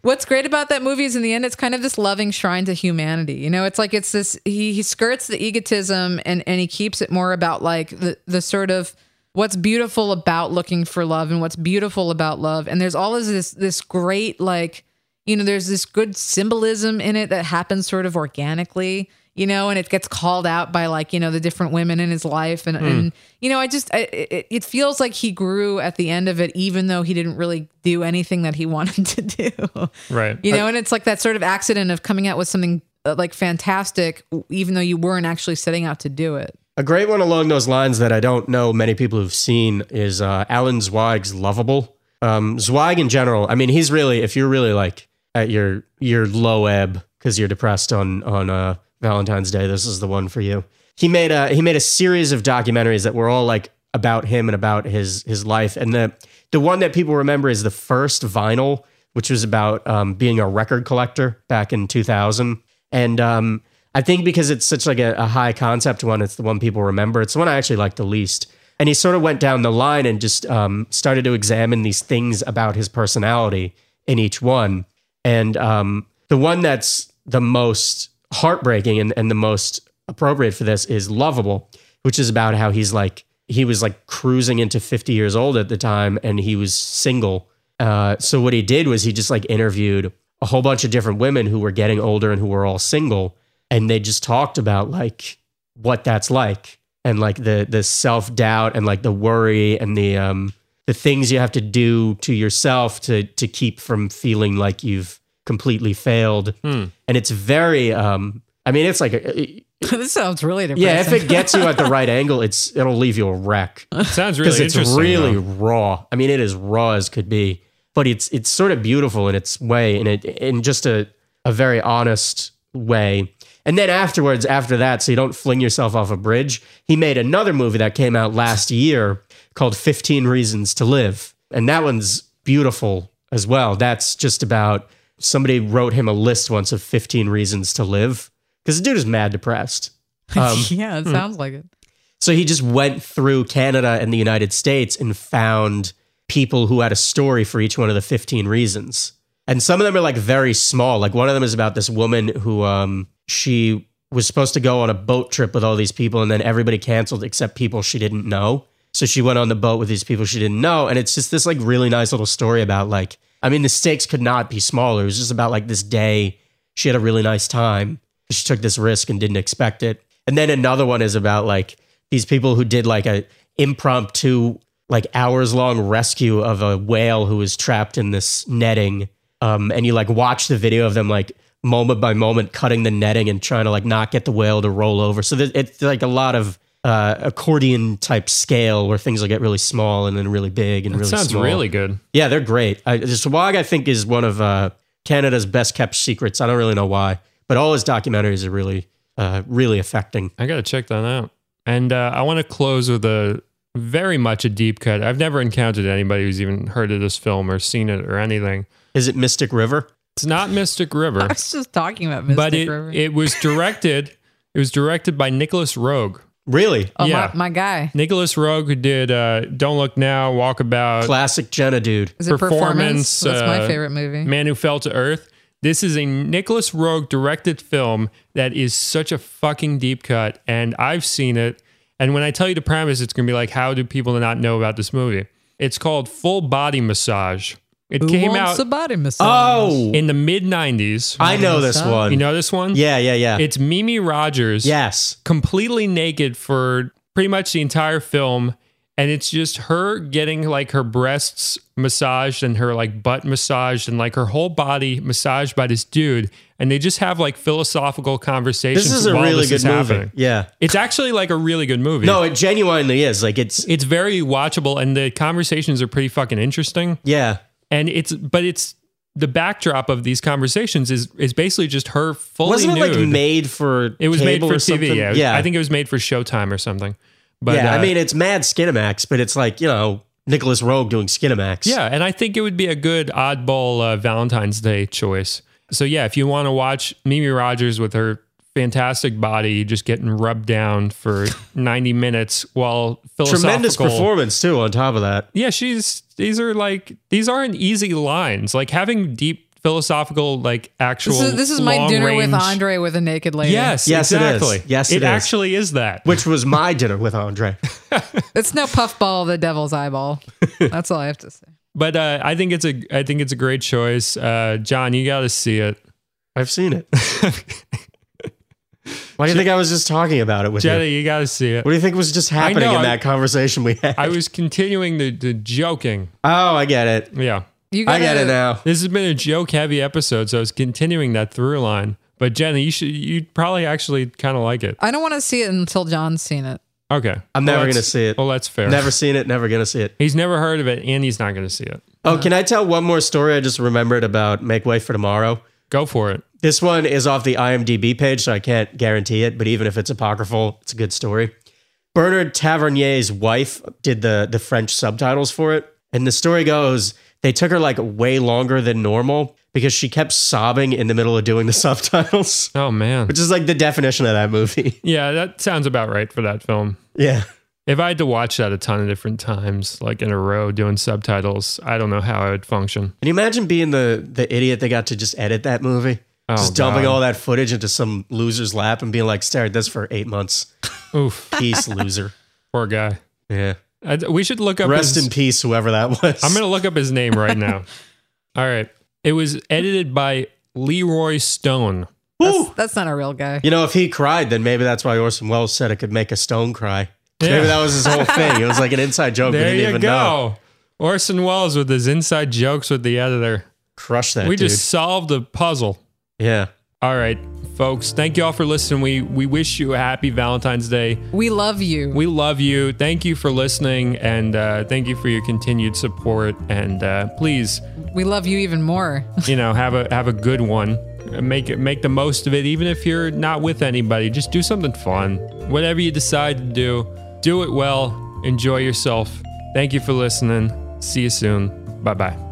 Speaker 1: What's great about that movie is in the end, it's kind of this loving shrine to humanity. You know, it's like it's this he, he skirts the egotism and and he keeps it more about like the the sort of what's beautiful about looking for love and what's beautiful about love. And there's all this this great like you know, there's this good symbolism in it that happens sort of organically, you know, and it gets called out by like, you know, the different women in his life. And, and you know, I just, I, it, it feels like he grew at the end of it, even though he didn't really do anything that he wanted to do.
Speaker 3: right.
Speaker 1: You know, and it's like that sort of accident of coming out with something uh, like fantastic, even though you weren't actually setting out to do it.
Speaker 2: A great one along those lines that I don't know many people who've seen is uh, Alan Zweig's Lovable. Um, Zweig in general, I mean, he's really if you're really like at your your low ebb because you're depressed on on uh, Valentine's Day, this is the one for you. He made a he made a series of documentaries that were all like about him and about his his life, and the the one that people remember is the first vinyl, which was about um, being a record collector back in 2000, and um, I think because it's such like a, a high concept one, it's the one people remember. It's the one I actually like the least. And he sort of went down the line and just um, started to examine these things about his personality in each one. And um, the one that's the most heartbreaking and, and the most appropriate for this is Lovable, which is about how he's like, he was like cruising into 50 years old at the time and he was single. Uh, so what he did was he just like interviewed a whole bunch of different women who were getting older and who were all single and they just talked about like what that's like and like the the self doubt and like the worry and the um the things you have to do to yourself to to keep from feeling like you've completely failed.
Speaker 3: Hmm.
Speaker 2: And it's very, um, I mean, it's like, a,
Speaker 1: this sounds really depressing.
Speaker 2: yeah, if it gets you at the right angle, it's it'll leave you a wreck
Speaker 3: Sounds
Speaker 2: because
Speaker 3: really
Speaker 2: it's
Speaker 3: interesting.
Speaker 2: really
Speaker 3: though.
Speaker 2: raw. I mean, it is raw as could be, but it's it's sort of beautiful in its way, in it in just a a very honest way. And then afterwards, after that, so you don't fling yourself off a bridge. He made another movie that came out last year called Fifteen Reasons to Live, and that one's beautiful as well. That's just about somebody wrote him a list once of fifteen reasons to live because the dude is mad depressed. Um,
Speaker 1: yeah, it sounds like it.
Speaker 2: so he just went through Canada and the United States and found people who had a story for each one of the 15 reasons. And some of them are like very small. Like one of them is about this woman who um she was supposed to go on a boat trip with all these people and then everybody canceled except people she didn't know. So she went on the boat with these people she didn't know and it's just this like really nice little story about like I mean the stakes could not be smaller. It was just about like this day she had a really nice time. She took this risk and didn't expect it. And then another one is about like these people who did like a impromptu like hours long rescue of a whale who was trapped in this netting um and you like watch the video of them like moment by moment cutting the netting and trying to like not get the whale to roll over so there's- it's like a lot of uh accordion type scale where things will get really small and then really big and
Speaker 3: That
Speaker 2: really
Speaker 3: sounds
Speaker 2: small.
Speaker 3: really good.
Speaker 2: yeah they're great I, this wog i think is one of uh canada's best kept secrets i don't really know why but all his documentaries are really uh really affecting
Speaker 3: I gotta check that out. And uh, I want to close with a very much a deep cut. I've never encountered anybody who's even heard of this film or seen it or anything.
Speaker 2: is it mystic river
Speaker 3: It's not Mystic
Speaker 1: I
Speaker 3: River,
Speaker 1: was just talking about Mystic
Speaker 3: but it
Speaker 1: River.
Speaker 3: it was directed. It was directed by Nicholas Rogue.
Speaker 2: really
Speaker 1: oh,
Speaker 3: yeah.
Speaker 1: my, my guy.
Speaker 3: Nicholas Rogue who did uh, Don't Look Now, Walkabout,
Speaker 2: Classic Jenna dude.
Speaker 1: Is it performance?
Speaker 3: Performance,
Speaker 1: That's my
Speaker 3: uh,
Speaker 1: favorite movie.
Speaker 3: Man Who Fell to Earth. This is a Nicholas Rogue directed film that is such a fucking deep cut, and I've seen it. And when I tell you the premise, it's gonna be like, how do people not know about this movie? It's called Full Body Massage. It
Speaker 1: Who
Speaker 3: came
Speaker 1: wants
Speaker 3: out
Speaker 1: a body massage?
Speaker 2: Oh,
Speaker 3: in the mid '90s.
Speaker 2: I know this one.
Speaker 3: you know this one?
Speaker 2: yeah, yeah, yeah.
Speaker 3: It's Mimi Rogers.
Speaker 2: yes.
Speaker 3: completely naked for pretty much the entire film and it's just her getting like her breasts massaged and her like butt massaged and like her whole body massaged by this dude and they just have like philosophical conversations
Speaker 2: This is a
Speaker 3: while
Speaker 2: really
Speaker 3: this
Speaker 2: good
Speaker 3: is
Speaker 2: movie.
Speaker 3: happening.
Speaker 2: Yeah.
Speaker 3: it's actually like a really good movie
Speaker 2: No, it genuinely is. Like it's
Speaker 3: it's very watchable and the conversations are pretty fucking interesting
Speaker 2: yeah.
Speaker 3: and it's but it's the backdrop of these conversations is is basically just her fully
Speaker 2: Wasn't it like
Speaker 3: nude.
Speaker 2: made for
Speaker 3: It was made
Speaker 2: cable
Speaker 3: for
Speaker 2: or
Speaker 3: TV.
Speaker 2: something?
Speaker 3: Yeah.
Speaker 2: yeah.
Speaker 3: I think it was made for Showtime or something. But
Speaker 2: yeah,
Speaker 3: uh,
Speaker 2: I mean it's mad Skinamax, but it's like, you know, Nicholas Rogue doing Skinamax.
Speaker 3: yeah, and I think it would be a good oddball uh, Valentine's Day choice. So yeah, if you want to watch Mimi Rogers with her fantastic body just getting rubbed down for 90 minutes while philosophical
Speaker 2: Tremendous performance too on top of that.
Speaker 3: yeah, she's these are like these aren't easy lines. Like having deep philosophical like actual
Speaker 1: this is, this is my
Speaker 3: long
Speaker 1: dinner with
Speaker 3: range-
Speaker 1: Andre with a naked lady.
Speaker 3: Yes,
Speaker 2: Yes, it is.
Speaker 3: exactly.
Speaker 2: Yes, it is.
Speaker 3: actually is that.
Speaker 2: Which was my dinner with Andre.
Speaker 1: It's no puffball of the devil's eyeball. That's all I have to say.
Speaker 3: But uh, I think it's a I think it's a great choice. Uh, John, you got to see it.
Speaker 2: I've seen it. Why do you think I was just talking about it with
Speaker 3: Jedi,
Speaker 2: you?
Speaker 3: you got to see it.
Speaker 2: What do you think was just
Speaker 3: I know,
Speaker 2: happening in
Speaker 3: I-
Speaker 2: that conversation we had?
Speaker 3: I was continuing the, the joking.
Speaker 2: oh, I get it.
Speaker 3: Yeah.
Speaker 1: You
Speaker 2: I
Speaker 1: gotta,
Speaker 2: get it now.
Speaker 3: This has been a joke heavy episode, so I was continuing that through line. But Jenny, you should you probably actually kind of like it.
Speaker 1: I don't want to see it until John's seen it.
Speaker 3: Okay.
Speaker 2: I'm never gonna see it.
Speaker 3: Well, that's fair.
Speaker 2: Never seen it, never gonna see it.
Speaker 3: He's never heard of it and he's not going to see it.
Speaker 2: Oh, can I tell one more story I just remembered about Make Way for Tomorrow?
Speaker 3: Go for it.
Speaker 2: This one is off the IMDb page, so I can't guarantee it, but even if it's apocryphal, it's a good story. Bernard Tavernier's wife did the, the French subtitles for it. And the story goes they took her like way longer than normal because she kept sobbing in the middle of doing the subtitles,
Speaker 3: Oh man.
Speaker 2: which is like the definition of that movie.
Speaker 3: Yeah, that sounds about right for that film.
Speaker 2: Yeah.
Speaker 3: If I had to watch that a ton of different times, like in a row doing subtitles, I don't know how I would function.
Speaker 2: Can you imagine being the, the idiot that got to just edit that movie?
Speaker 3: Oh,
Speaker 2: just dumping
Speaker 3: God.
Speaker 2: all that footage into some loser's lap and being like, stare at this for eight months.
Speaker 3: Oof,
Speaker 2: Peace, loser.
Speaker 3: poor guy.
Speaker 2: Yeah.
Speaker 3: I, we should look up
Speaker 2: Rest
Speaker 3: his,
Speaker 2: in peace, whoever that was.
Speaker 3: I'm going to look up his name right now. All right. It was edited by Leroy Stone.
Speaker 1: That's,
Speaker 2: Woo!
Speaker 1: that's not a real guy.
Speaker 2: You know, if he cried, then maybe that's why Orson Welles said it could make a stone cry.
Speaker 3: Yeah.
Speaker 2: Maybe that was his whole thing. It was like an inside joke. we
Speaker 3: There
Speaker 2: didn't
Speaker 3: you
Speaker 2: even
Speaker 3: go.
Speaker 2: know.
Speaker 3: Orson Welles with his inside jokes with the editor.
Speaker 2: Crush that,
Speaker 3: we
Speaker 2: dude.
Speaker 3: just solved a puzzle.
Speaker 2: yeah.
Speaker 3: All right, folks. Thank you all for listening. We we wish you a happy Valentine's Day.
Speaker 1: We love you.
Speaker 3: We love you. Thank you for listening, and uh, thank you for your continued support. And uh, please,
Speaker 1: we love you even more.
Speaker 3: you know, have a have a good one. Make it make the most of it, even if you're not with anybody. Just do something fun. Whatever you decide to do, do it well. Enjoy yourself. Thank you for listening. See you soon. Bye bye.